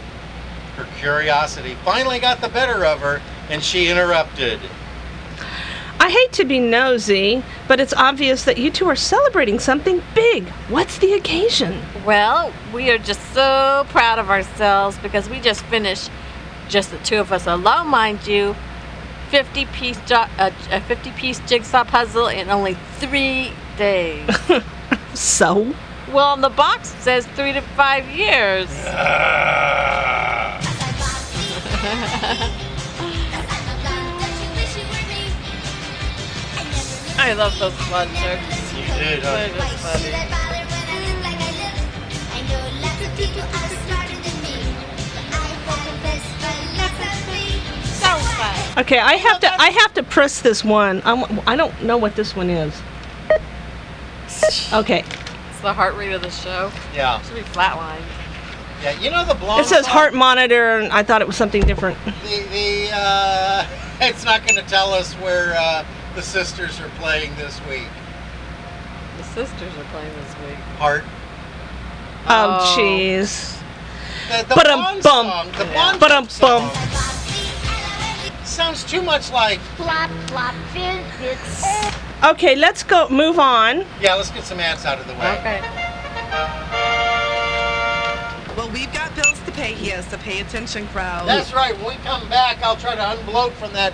A: Her curiosity finally got the better of her, and she interrupted.
B: I hate to be nosy, but it's obvious that you two are celebrating something big. What's the occasion?
C: Well, we are just so proud of ourselves because we just finished, just the two of us alone, mind you, 50 piece jo- uh, a 50 piece jigsaw puzzle in only three days.
B: So?
C: well, on the box it says three to five years. I love those blood jokes.
A: You did, huh?
C: They're just funny. So fun.
B: Okay, I have to I have to press this one. I'm, I don't know what this one is. Okay.
C: It's the heart rate of the show.
A: Yeah.
C: Should be flatlined.
A: Yeah, you know the blonde.
B: It says
A: song?
B: heart monitor and I thought it was something different.
A: The, the uh, it's not going to tell us where uh, the sisters are playing this week.
C: The sisters are playing this week.
A: Heart.
B: Oh jeez.
A: The, the
B: Ba-dum
A: Bond
B: bum.
A: song. The
B: Yeah.
A: Bond
B: Ba-dum
A: song
B: bum.
A: sounds too much like.
F: Flop, flop, fizz, fizz.
B: Okay, let's go move on.
A: Yeah, let's get some ads out of the way.
J: Well, we've got bills to pay here, so pay attention, crowd.
A: That's right. When we come back, I'll try to unbloat from that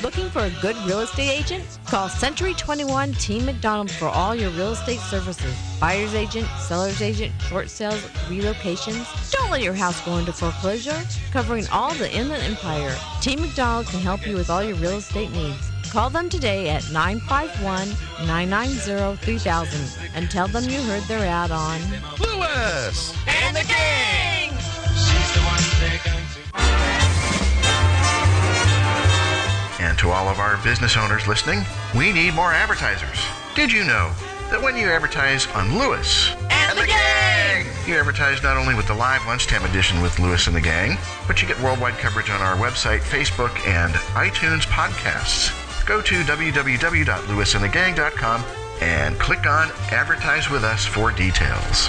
C: Looking for a good real estate agent? Call Century 21 Team McDonald for all your real estate services buyer's agent, seller's agent, short sales, relocations. Don't let your house go into foreclosure. Covering all the Inland Empire, Team McDonald can help you with all your real estate needs. Call them today at 951 990 3000 and tell them you heard their ad on
E: Lewis!
T: And the gang!
L: And to all of our business owners listening, we need more advertisers. Did you know that when you advertise on Lewis and the Gang, you advertise not only with the live lunchtime edition with Lewis and the Gang, but you get worldwide coverage on our website, Facebook, and iTunes podcasts. Go to www.lewisandthegang.com and click on Advertise with Us for details.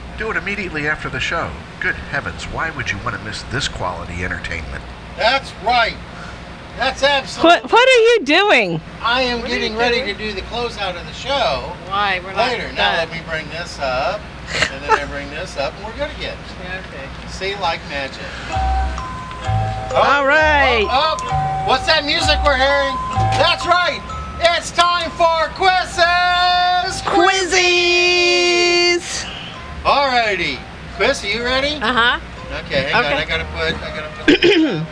L: Do it immediately after the show. Good heavens, why would you want to miss this quality entertainment?
A: That's right. That's absolutely.
D: What, what are you doing?
A: I am
D: What are you
A: getting ready
D: doing?
A: to do the closeout of the show.
C: Why? We're not
A: later. Now
C: done.
A: let me bring this up, and then I bring this up, and we're good again.
C: Okay.
A: See, like magic.
D: All right.
A: Oh, oh, what's that music we're hearing? That's right. It's time for quizzes.
D: Quizzes.
A: Alrighty, Quiz, are you ready?
C: Uh huh.
A: Okay, hang on.
C: Okay.
A: I gotta put. I gotta put. this up,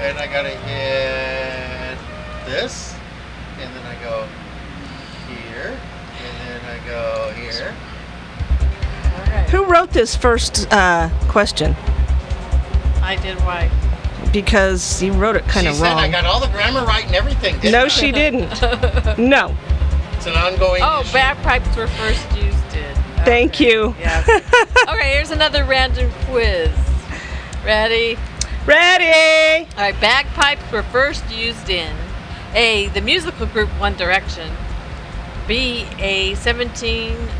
A: and I gotta hit this, and then I go here, and then I go here.
D: Who wrote this first uh, question?
C: I did right.
D: Because you wrote it kind
A: she
D: of
A: said I
D: wrong.
A: got all the grammar right and everything. didn't
D: No,
A: I?
D: she didn't. No.
A: It's an ongoing.
C: Oh, bagpipes were first used in.
D: Thank you.
C: okay, here's another random quiz. Ready?
D: Ready?
C: All right, bagpipes were first used in A, the musical group One Direction, B, a 1705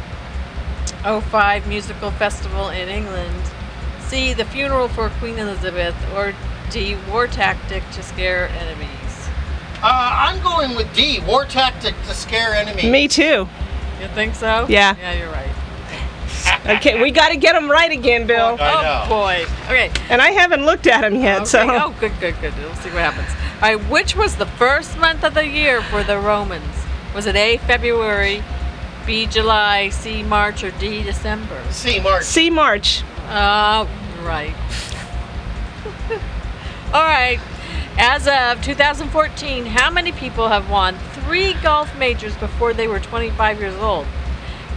C: musical festival in England, C, the funeral for Queen Elizabeth, or D, war tactic to scare enemies.
A: Uh, I'm going with D. War tactic to scare enemies.
D: Me too.
C: You think so?
D: Yeah.
C: Yeah, you're right.
D: Okay, we got to get them right again, Bill.
C: Oh, boy. Okay.
D: And I haven't looked at them yet,
C: Okay,
D: so.
C: Oh, good, good, good. We'll see what happens. All right, which was the first month of the year for the Romans? Was it A, February, B, July, C, March, or D, December?
A: C, March.
D: See March.
C: Oh, right. All right. As of 2014, how many people have won three golf majors before they were 25 years old?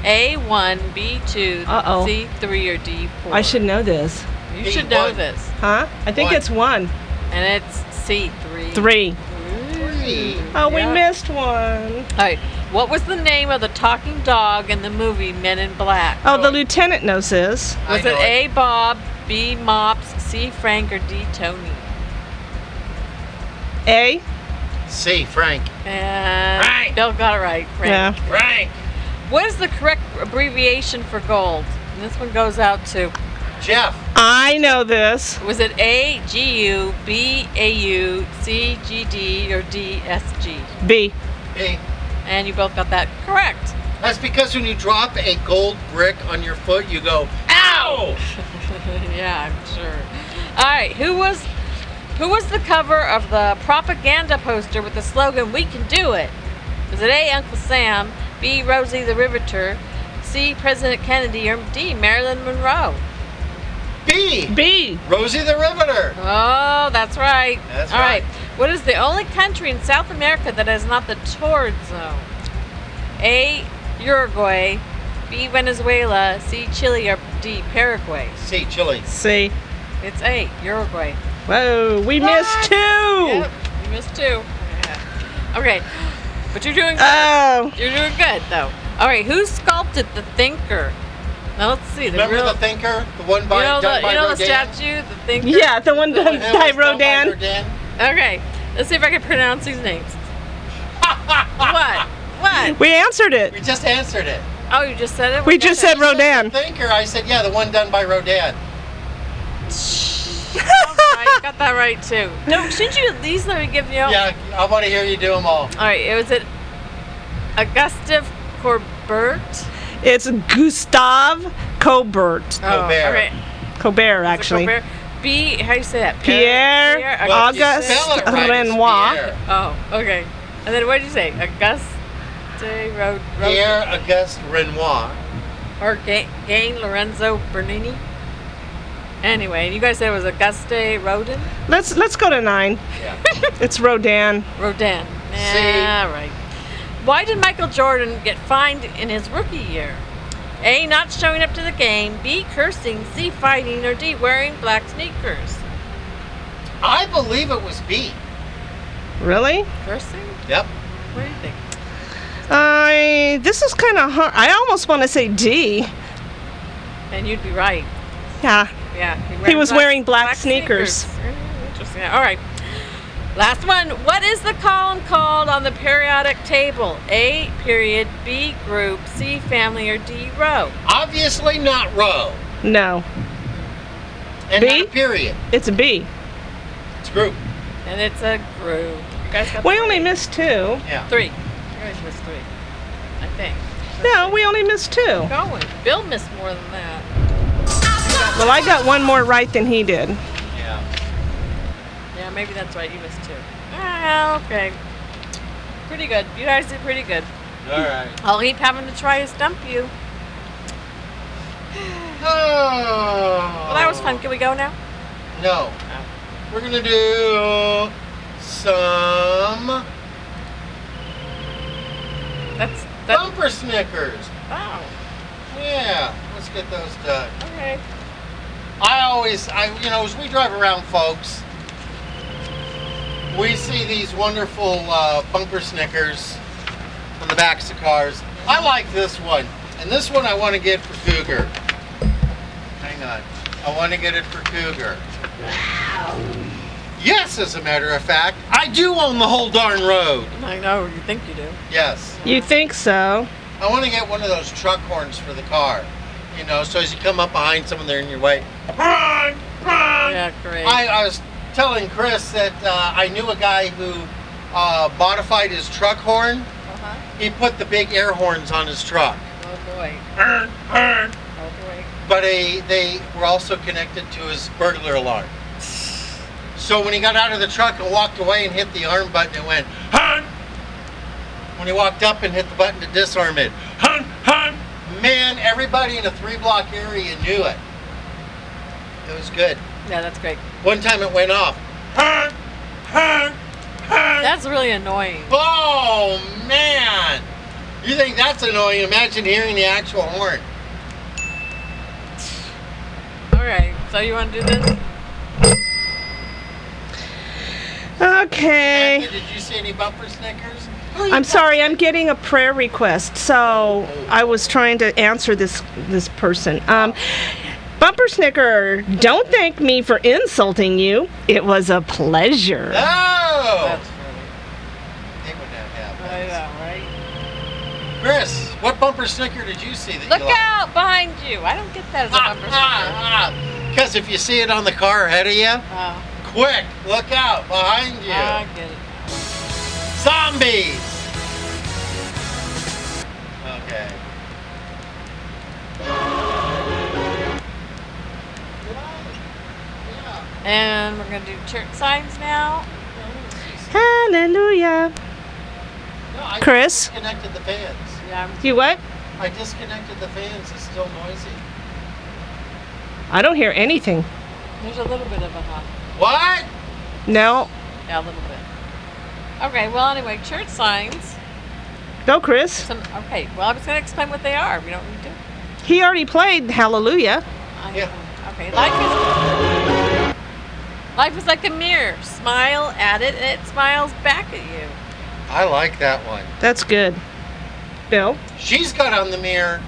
C: A1, B2,
D: Uh-oh.
C: C3, or D4?
D: I should know this.
C: You should know
A: one.
C: this.
D: Huh? I think
C: One.
D: it's one.
C: And it's C3.
D: Three.
A: Three.
D: Oh, we
C: Yeah.
D: missed one.
C: All right. What was the name of the talking dog in the movie Men in Black?
D: Oh, the lieutenant knows this.
C: Was
A: I
C: it
A: know
C: A. Bob, B. Mops, C. Frank, or D. Tony?
D: A?
A: C, Frank.
C: And
A: Frank.
C: Bill got it right. Frank.
D: Yeah.
A: Frank.
C: What is the correct abbreviation for gold? And this one goes out to.
A: Jeff.
D: I know this.
C: Was it A. G. U. B. A. U. C. G. D. or D. S. G?
D: B.
A: B.
C: And you both got that correct.
A: That's because when you drop a gold brick on your foot, you go, ow!
T: go!
C: yeah, I'm sure. All right, who was who was the cover of the propaganda poster with the slogan "We can do it"? Was it A. Uncle Sam, B. Rosie the Riveter, C. President Kennedy, or D. Marilyn Monroe?
A: B.
B: B.
A: Rosie the Riveter.
C: Oh, that's right.
A: That's
C: All
A: right.
C: right. What is the only country in South America that is not the torrid zone? A. Uruguay, B. Venezuela, C. Chile, or D. Paraguay?
A: C. Chile.
B: C.
C: It's A. Uruguay.
B: Whoa, we missed two.
C: Yep, you missed two. Yeah. Okay, but you're doing good.
B: Oh.
C: You're doing good though. All right, who sculpted the Thinker? Now let's see. The
A: Remember
C: real,
A: the Thinker, the one by
C: you know,
A: done
C: the,
A: by
C: you know the
A: Rodin?
C: statue, the Thinker.
B: Yeah, the one done
A: that
B: by
A: was done by
B: Rodin.
A: Rodin.
C: Okay, let's see if I can pronounce these names. what? What?
B: We answered it.
A: We just answered it.
C: Oh, you just said it.
B: We just said Rodin.
A: Thinker, I said, yeah, the one done by Rodin.
C: I got that right too. No, shouldn't you at least let me give you?
A: Yeah, I want to hear you do them all.
C: All right, it was at Auguste Corbert.
B: It's Gustave Colbert.
C: Oh, Colbert. all right.
B: Colbert, actually.
C: Colbert. B, how do you say that?
B: Pierre,
C: Auguste-
B: Auguste Renoir.
C: Oh, okay. And then what did you say? Auguste Ro- Ro-
A: Pierre Auguste Renoir.
C: or Ga- Gain Lorenzo Bernini? Anyway, you guys said it was Auguste Rodin?
B: Let's let's go to nine. it's Rodin.
C: Rodin.
B: See.
C: Yeah, right. Why did Michael Jordan get fined in his rookie year? A. Not showing up to the game. B. Cursing. C. Fighting. Or D. Wearing black sneakers.
A: I believe it was B.
B: Really?
C: Cursing?
A: Yep.
C: What do you think?
B: I this is kind of hard. I almost want to say D.
C: And you'd be right.
B: Yeah.
C: Yeah. he,
B: He was wearing black sneakers.
C: Mm, Interesting. All right. Last one. What is the column called on the periodic table? A period, B group, C family, or D row?
A: Obviously not row.
B: No.
A: And
B: B?
A: not a period.
B: It's a B.
A: It's group.
C: And it's a group. You guys got
B: We
C: that
B: only
C: right?
B: missed two. Yeah.
C: three. You guys missed three. I think.
B: No, we only missed two.
C: Going. Bill missed more than that.
B: Well, I got one more right than he did.
C: Yeah, maybe that's right. You missed two. Ah, okay. Pretty good. You guys did pretty good.
A: All right.
C: I'll keep having to try to stump you.
A: Oh.
C: Well, that was fun. Can we go now?
A: No. We're gonna do some
C: That's
A: bumper snickers.
C: Wow.
A: Yeah, let's get those done.
C: Okay.
A: I always, I you know, as we drive around, folks, we see these wonderful uh, bumper snickers on the backs of cars. I like this one, and this one I want to get for Cougar. Hang on, I want to get it for Cougar. Yes, as a matter of fact, I do own the whole darn road.
C: I know. You think you do.
A: Yes.
B: You think so?
A: I want to get one of those truck horns for the car. You know, so as you come up behind someone, they're in your way. Run! Run!
C: Yeah, great.
A: I, I was telling Chris that uh, I knew a guy who uh, modified his truck horn. He put the big air horns on his truck.
C: Oh boy. Oh boy.
A: But a, they were also connected to his burglar alarm. So when he got out of the truck and walked away and hit the arm button, it went, Hun! When he walked up and hit the button to disarm it, Hun! Hun! Man, everybody in a three block area knew it. It was good.
C: Yeah, that's great.
A: One time it went off. Hun! Hun!
C: That's really annoying.
A: Oh man! You think that's annoying? Imagine hearing the actual horn.
C: All right. So you want to do this?
B: Okay.
A: Kathy, Did you see any bumper snickers?
B: I'm sorry, I'm getting a prayer request, so I was trying to answer this this person. Um, Bumper Snicker, don't thank me for insulting you. It was a pleasure.
C: Oh.
A: No! They would not have that.
C: I know,
A: Chris, what bumper snicker did you Ah, see that
C: right?
A: you
C: Look Ah,
A: liked?
C: out behind you. I don't get that as a bumper sticker.
A: Because ah. if you see it on the car ahead of you,
C: Oh,
A: quick, look out behind you.
C: I get it.
A: Zombies! Okay.
C: we're going to do church signs now.
B: Hallelujah.
A: I
B: Chris?
A: Disconnected the fans.
B: You what?
A: I disconnected the fans. It's still noisy.
B: I don't hear anything.
C: There's a little bit of a hum.
A: What?
B: No.
C: Yeah, a little bit. Okay, well, anyway, church signs.
B: Go, Chris.
C: Some, okay, well, I was going to explain what they are. We don't need to.
B: He already played Hallelujah.
C: I know. Okay, life is, life is like a mirror. Smile at it, and it smiles back at you.
A: I like that one.
B: That's good. Bill?
A: She's got on the mirror.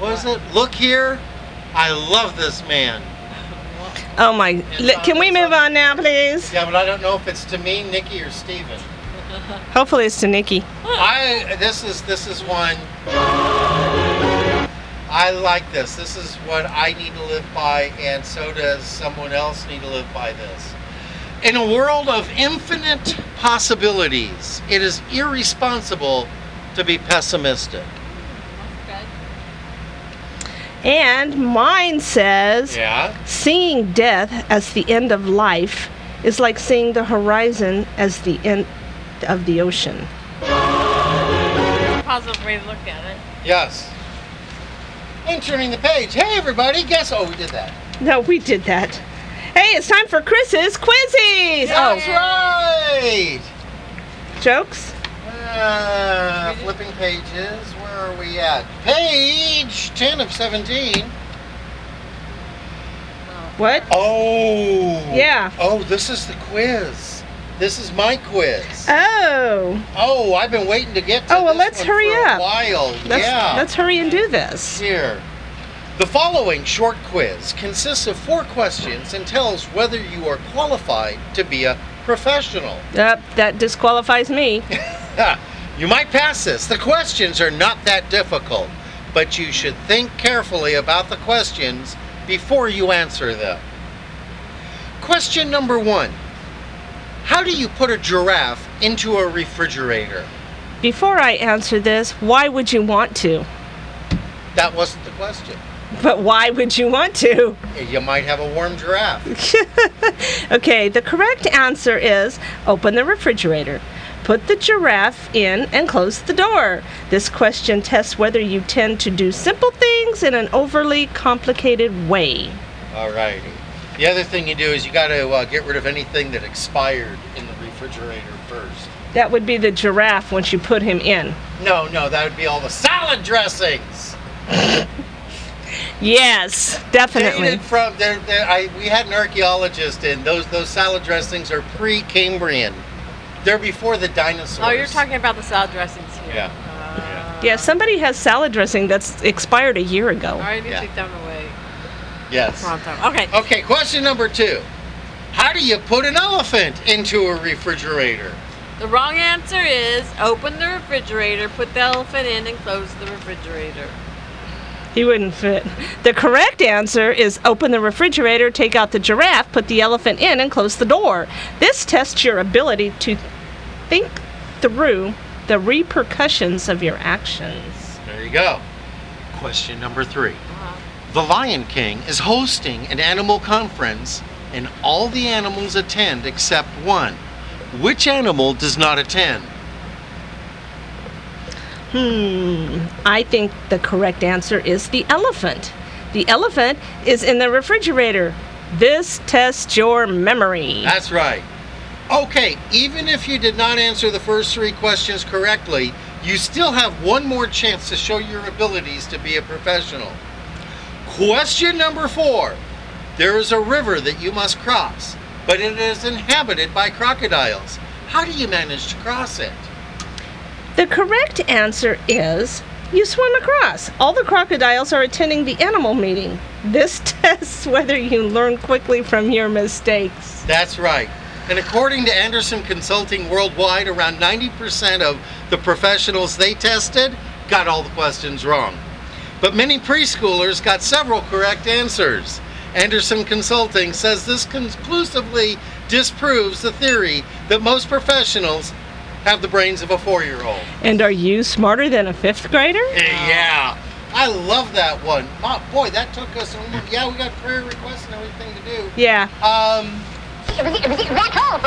A: Was it? Look here. I love this man.
B: Oh my. Li- Can we move on now, please?
A: Yeah, but I don't know if it's to me, Nikki, or Steven.
B: Hopefully it's to Nikki.
A: I this is this is one I like this. This is what I need to live by and so does someone else need to live by this. In a world of infinite possibilities, it is irresponsible to be pessimistic.
B: And mine says
A: Yeah.
B: seeing death as the end of life is like seeing the horizon as the end of the ocean.
C: Positive way to look at it.
A: Yes. And turning the page. Hey everybody, guess oh we did that.
B: No, we did that. Hey, it's time for Chris's quizzes.
A: That's right.
B: Oh, Jokes?
A: Uh, flipping pages. Where are we at? Page 10 of 17.
B: What?
A: Oh.
B: Yeah.
A: Oh, this is the quiz. This is my quiz.
B: Oh.
A: Oh, I've been waiting to get to
B: Oh, well,
A: this
B: let's
A: one
B: hurry
A: for a
B: up.
A: while.
B: Let's,
A: yeah.
B: let's hurry and do this.
A: Here. The following short quiz consists of four questions and tells whether you are qualified to be a professional.
B: Yep, that disqualifies me.
A: Ha, you might pass this. The questions are not that difficult, but you should think carefully about the questions before you answer them. Question number one How do you put a giraffe into a refrigerator?
B: Before I answer this, why would you want to?
A: That wasn't the question.
B: But why would you want to?
A: You might have a warm giraffe.
B: Okay, the correct answer is open the refrigerator. Put the giraffe in and close the door. This question tests whether you tend to do simple things in an overly complicated way.
A: Alrighty. The other thing you do is you got to uh, get rid of anything that expired in the refrigerator first.
B: That would be the giraffe once you put him in.
A: No, no, that would be all the salad dressings.
B: Yes, definitely.
A: Dated from there, there I, we had an archaeologist in those those salad dressings are pre-Cambrian. They're before the dinosaurs.
C: Oh, you're talking about the salad dressings here.
A: Yeah.
B: Yeah, somebody has salad dressing that's expired a year ago.
C: All right, you take them away.
A: Yes.
C: Okay.
A: Okay. Question number two: How do you put an elephant into a refrigerator?
C: The wrong answer is open the refrigerator, put the elephant in, and close the refrigerator.
B: He wouldn't fit. The correct answer is open the refrigerator, take out the giraffe, put the elephant in, and close the door. This tests your ability to think through the repercussions of your actions.
A: There you go. Question number 3
C: Uh-huh.
A: The Lion King is hosting an animal conference, and all the animals attend except one. Which animal does not attend?
B: Hmm, I think the correct answer is the elephant. The elephant is in the refrigerator. This tests your memory.
A: That's right. Okay, even if you did not answer the first three questions correctly, you still have one more chance to show your abilities to be a professional. Question number four There is a river that you must cross, but it is inhabited by crocodiles. How do you manage to cross it?
B: The correct answer is you swim across. All the crocodiles are attending the animal meeting. This tests whether you learn quickly from your mistakes.
A: That's right. And according to Anderson Consulting Worldwide, around 90% of the professionals they tested got all the questions wrong. But many preschoolers got several correct answers. Anderson Consulting says this conclusively disproves the theory that most professionals have the brains of a four year old.
B: And are you smarter than a fifth grader?
A: Yeah. I love that one. Oh, boy, that took us. Yeah, we got prayer requests and everything to do.
B: Yeah.
A: Um, That's all,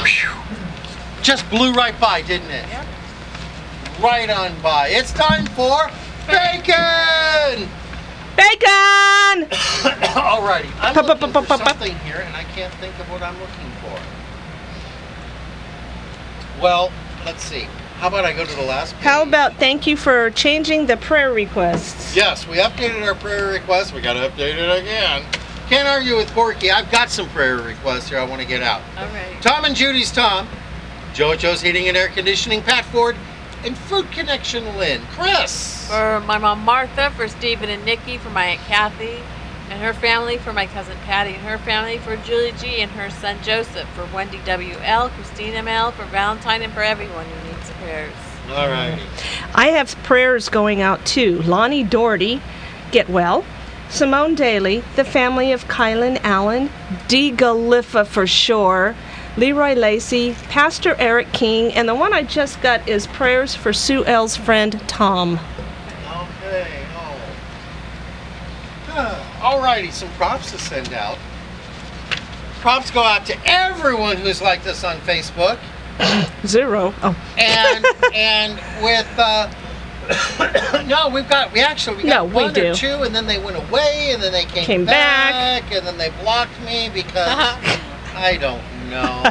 A: folks. Just blew right by, didn't it? Right on by. It's time for bacon.
B: Bacon.
A: Alrighty. I'm
B: Pa- pa-
A: looking
B: pa-
A: for
B: pa- pa-
A: something here, and I can't think of what I'm looking for. Well, let's see. How about I go to the last?
B: How about thank you for changing the prayer requests?
A: Yes, we updated our prayer request. We got to update it again. Can't argue with Borky. I've got some prayer requests here I want to get out.
C: All right.
A: Tom and Judy's Tom, JoJo's Heating and Air Conditioning, Pat Ford, and Food Connection Lynn. Chris.
C: For my mom Martha, for Stephen and Nikki, for my aunt Kathy and her family, for my cousin Patty and her family, for Julie G and her son Joseph, for Wendy W.L., Christina M.L., for Valentine, and for everyone who needs prayers.
A: All right.
B: I have prayers going out too. Lonnie Doherty, get well. Simone Daly, the family of Kylan Allen, D. Galiffa for sure, Leroy Lacey, Pastor Eric King, and the one I just got is prayers for Sue L's friend Tom.
A: Okay. Oh. Huh. Alrighty, some props to send out. Props go out to everyone who's liked us on Facebook.
B: Zero. Oh.
A: and and with uh, no, we've got we actually we
B: No,
A: got
B: we
A: one
B: do.
A: or two, and then they went away, and then they came,
B: Came back. Uh-huh.
A: and then they blocked me because I don't know.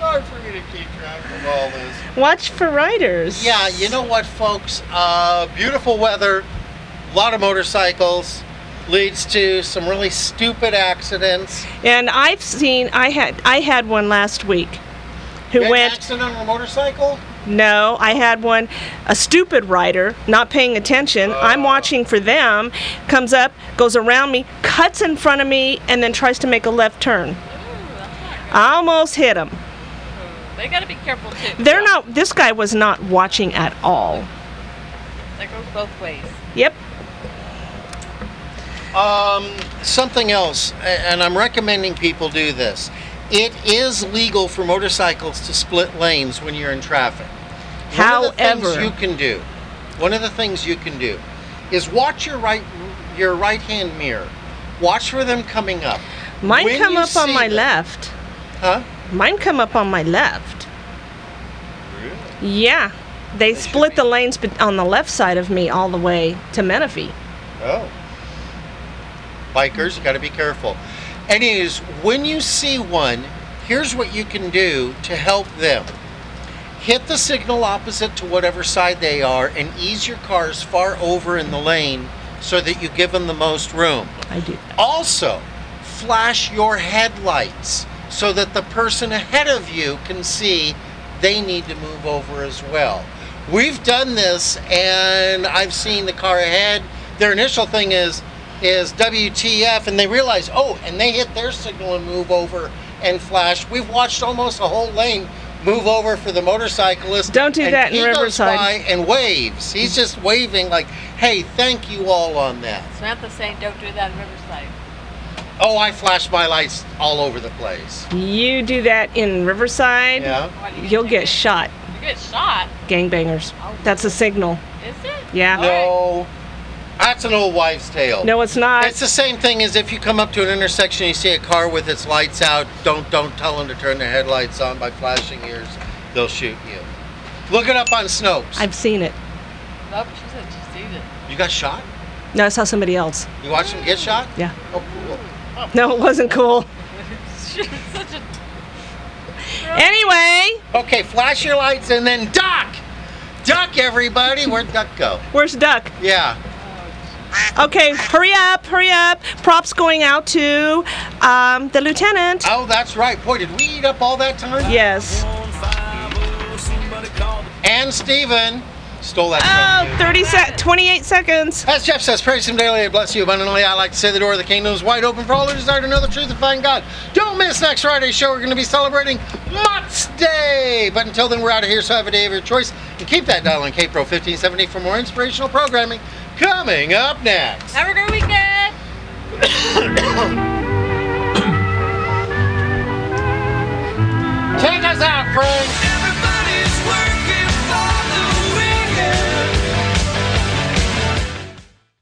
A: Hard for me to keep track of all this.
B: Watch for Riders.
A: Yeah, you know what, folks? Uh, beautiful weather, a lot of motorcycles, leads to some really stupid accidents.
B: And I've seen I had I had one last week who
A: You had an
B: went
A: accident on a motorcycle?
B: No, I had one, a stupid rider, not paying attention. I'm
A: Oh.
B: watching for them, comes up, goes around me, cuts in front of me, and then tries to make a left turn. I almost hit him.
C: They gotta be careful too.
B: They're not, this guy was not watching at all.
C: That goes both ways.
B: Yep.
A: Um, something else, a- and I'm recommending people do this. It is legal for motorcycles to split lanes when you're in traffic. One of the things
B: However-
A: you can do, one of the things you can do, is watch your right your right hand mirror. Watch for them coming up.
B: Mine
A: When
B: come
A: you
B: up on
A: see
B: my
A: them-
B: left.
A: Huh?
B: Mine come up on my left. Yeah. They, split the lanes bet- on the left side of me all the way to Menifee.
A: Oh. Bikers, you got to be careful. Anyways, when you see one, here's what you can do to help them. Hit the signal opposite to whatever side they are and ease your cars far over in the lane so that you give them the most room.
B: I do.
A: Also, flash your headlights so that the person ahead of you can see they need to move over as well. We've done this and I've seen the car ahead. Their initial thing is is WTF and they realize, "Oh, and they hit their signal and move over and flash." We've watched almost a whole lane move over for the motorcyclist. Don't
B: do that in Riverside.
A: and waves. He's just waving like, "Hey, thank you all on that."
C: Samantha's saying don't do that in Riverside.
A: Oh, I flash my lights all over the place.
B: You do that in Riverside,
A: Yeah.
B: you'll get shot.
C: You get shot,
B: Gangbangers. That's a signal.
C: is it?
B: Yeah.
A: No. That's an old wives' tale.
B: No, it's not.
A: It's the same thing as if you come up to an intersection, you see a car with its lights out. Don't don't tell them to turn their headlights on by flashing yours. They'll shoot you. Look it up on Snopes.
B: I've seen it.
C: Nope, Oh, she said she's seen it.
A: You got shot?
B: No, I saw somebody else.
A: You watched them get shot?
B: Yeah.
A: Oh, cool.
B: No, it wasn't cool.
C: She's such a
B: Anyway,
A: Okay, flash your lights and then duck. Duck, everybody. Where'd duck go?
B: where's Duck?
A: Yeah.
B: Okay, hurry up, hurry up. Props going out to um, the lieutenant.
A: Oh, that's right. Boy, did we eat up all that time?
B: Yes.
A: And Steven stole that.
B: Oh,
A: from you.
B: 30 sec, 28 seconds.
A: As Jeff says, praise him daily and bless you abundantly. I like to say the door of the kingdom is wide open for all who desire to know the truth and find God. Don't miss next Friday's show. We're going to be celebrating Mutt's Day. But until then, we're out of here, so have a day of your choice. And keep that dial on KPRO 1570 for more inspirational programming coming up next.
C: Have a great weekend.
A: Take us out, Frank.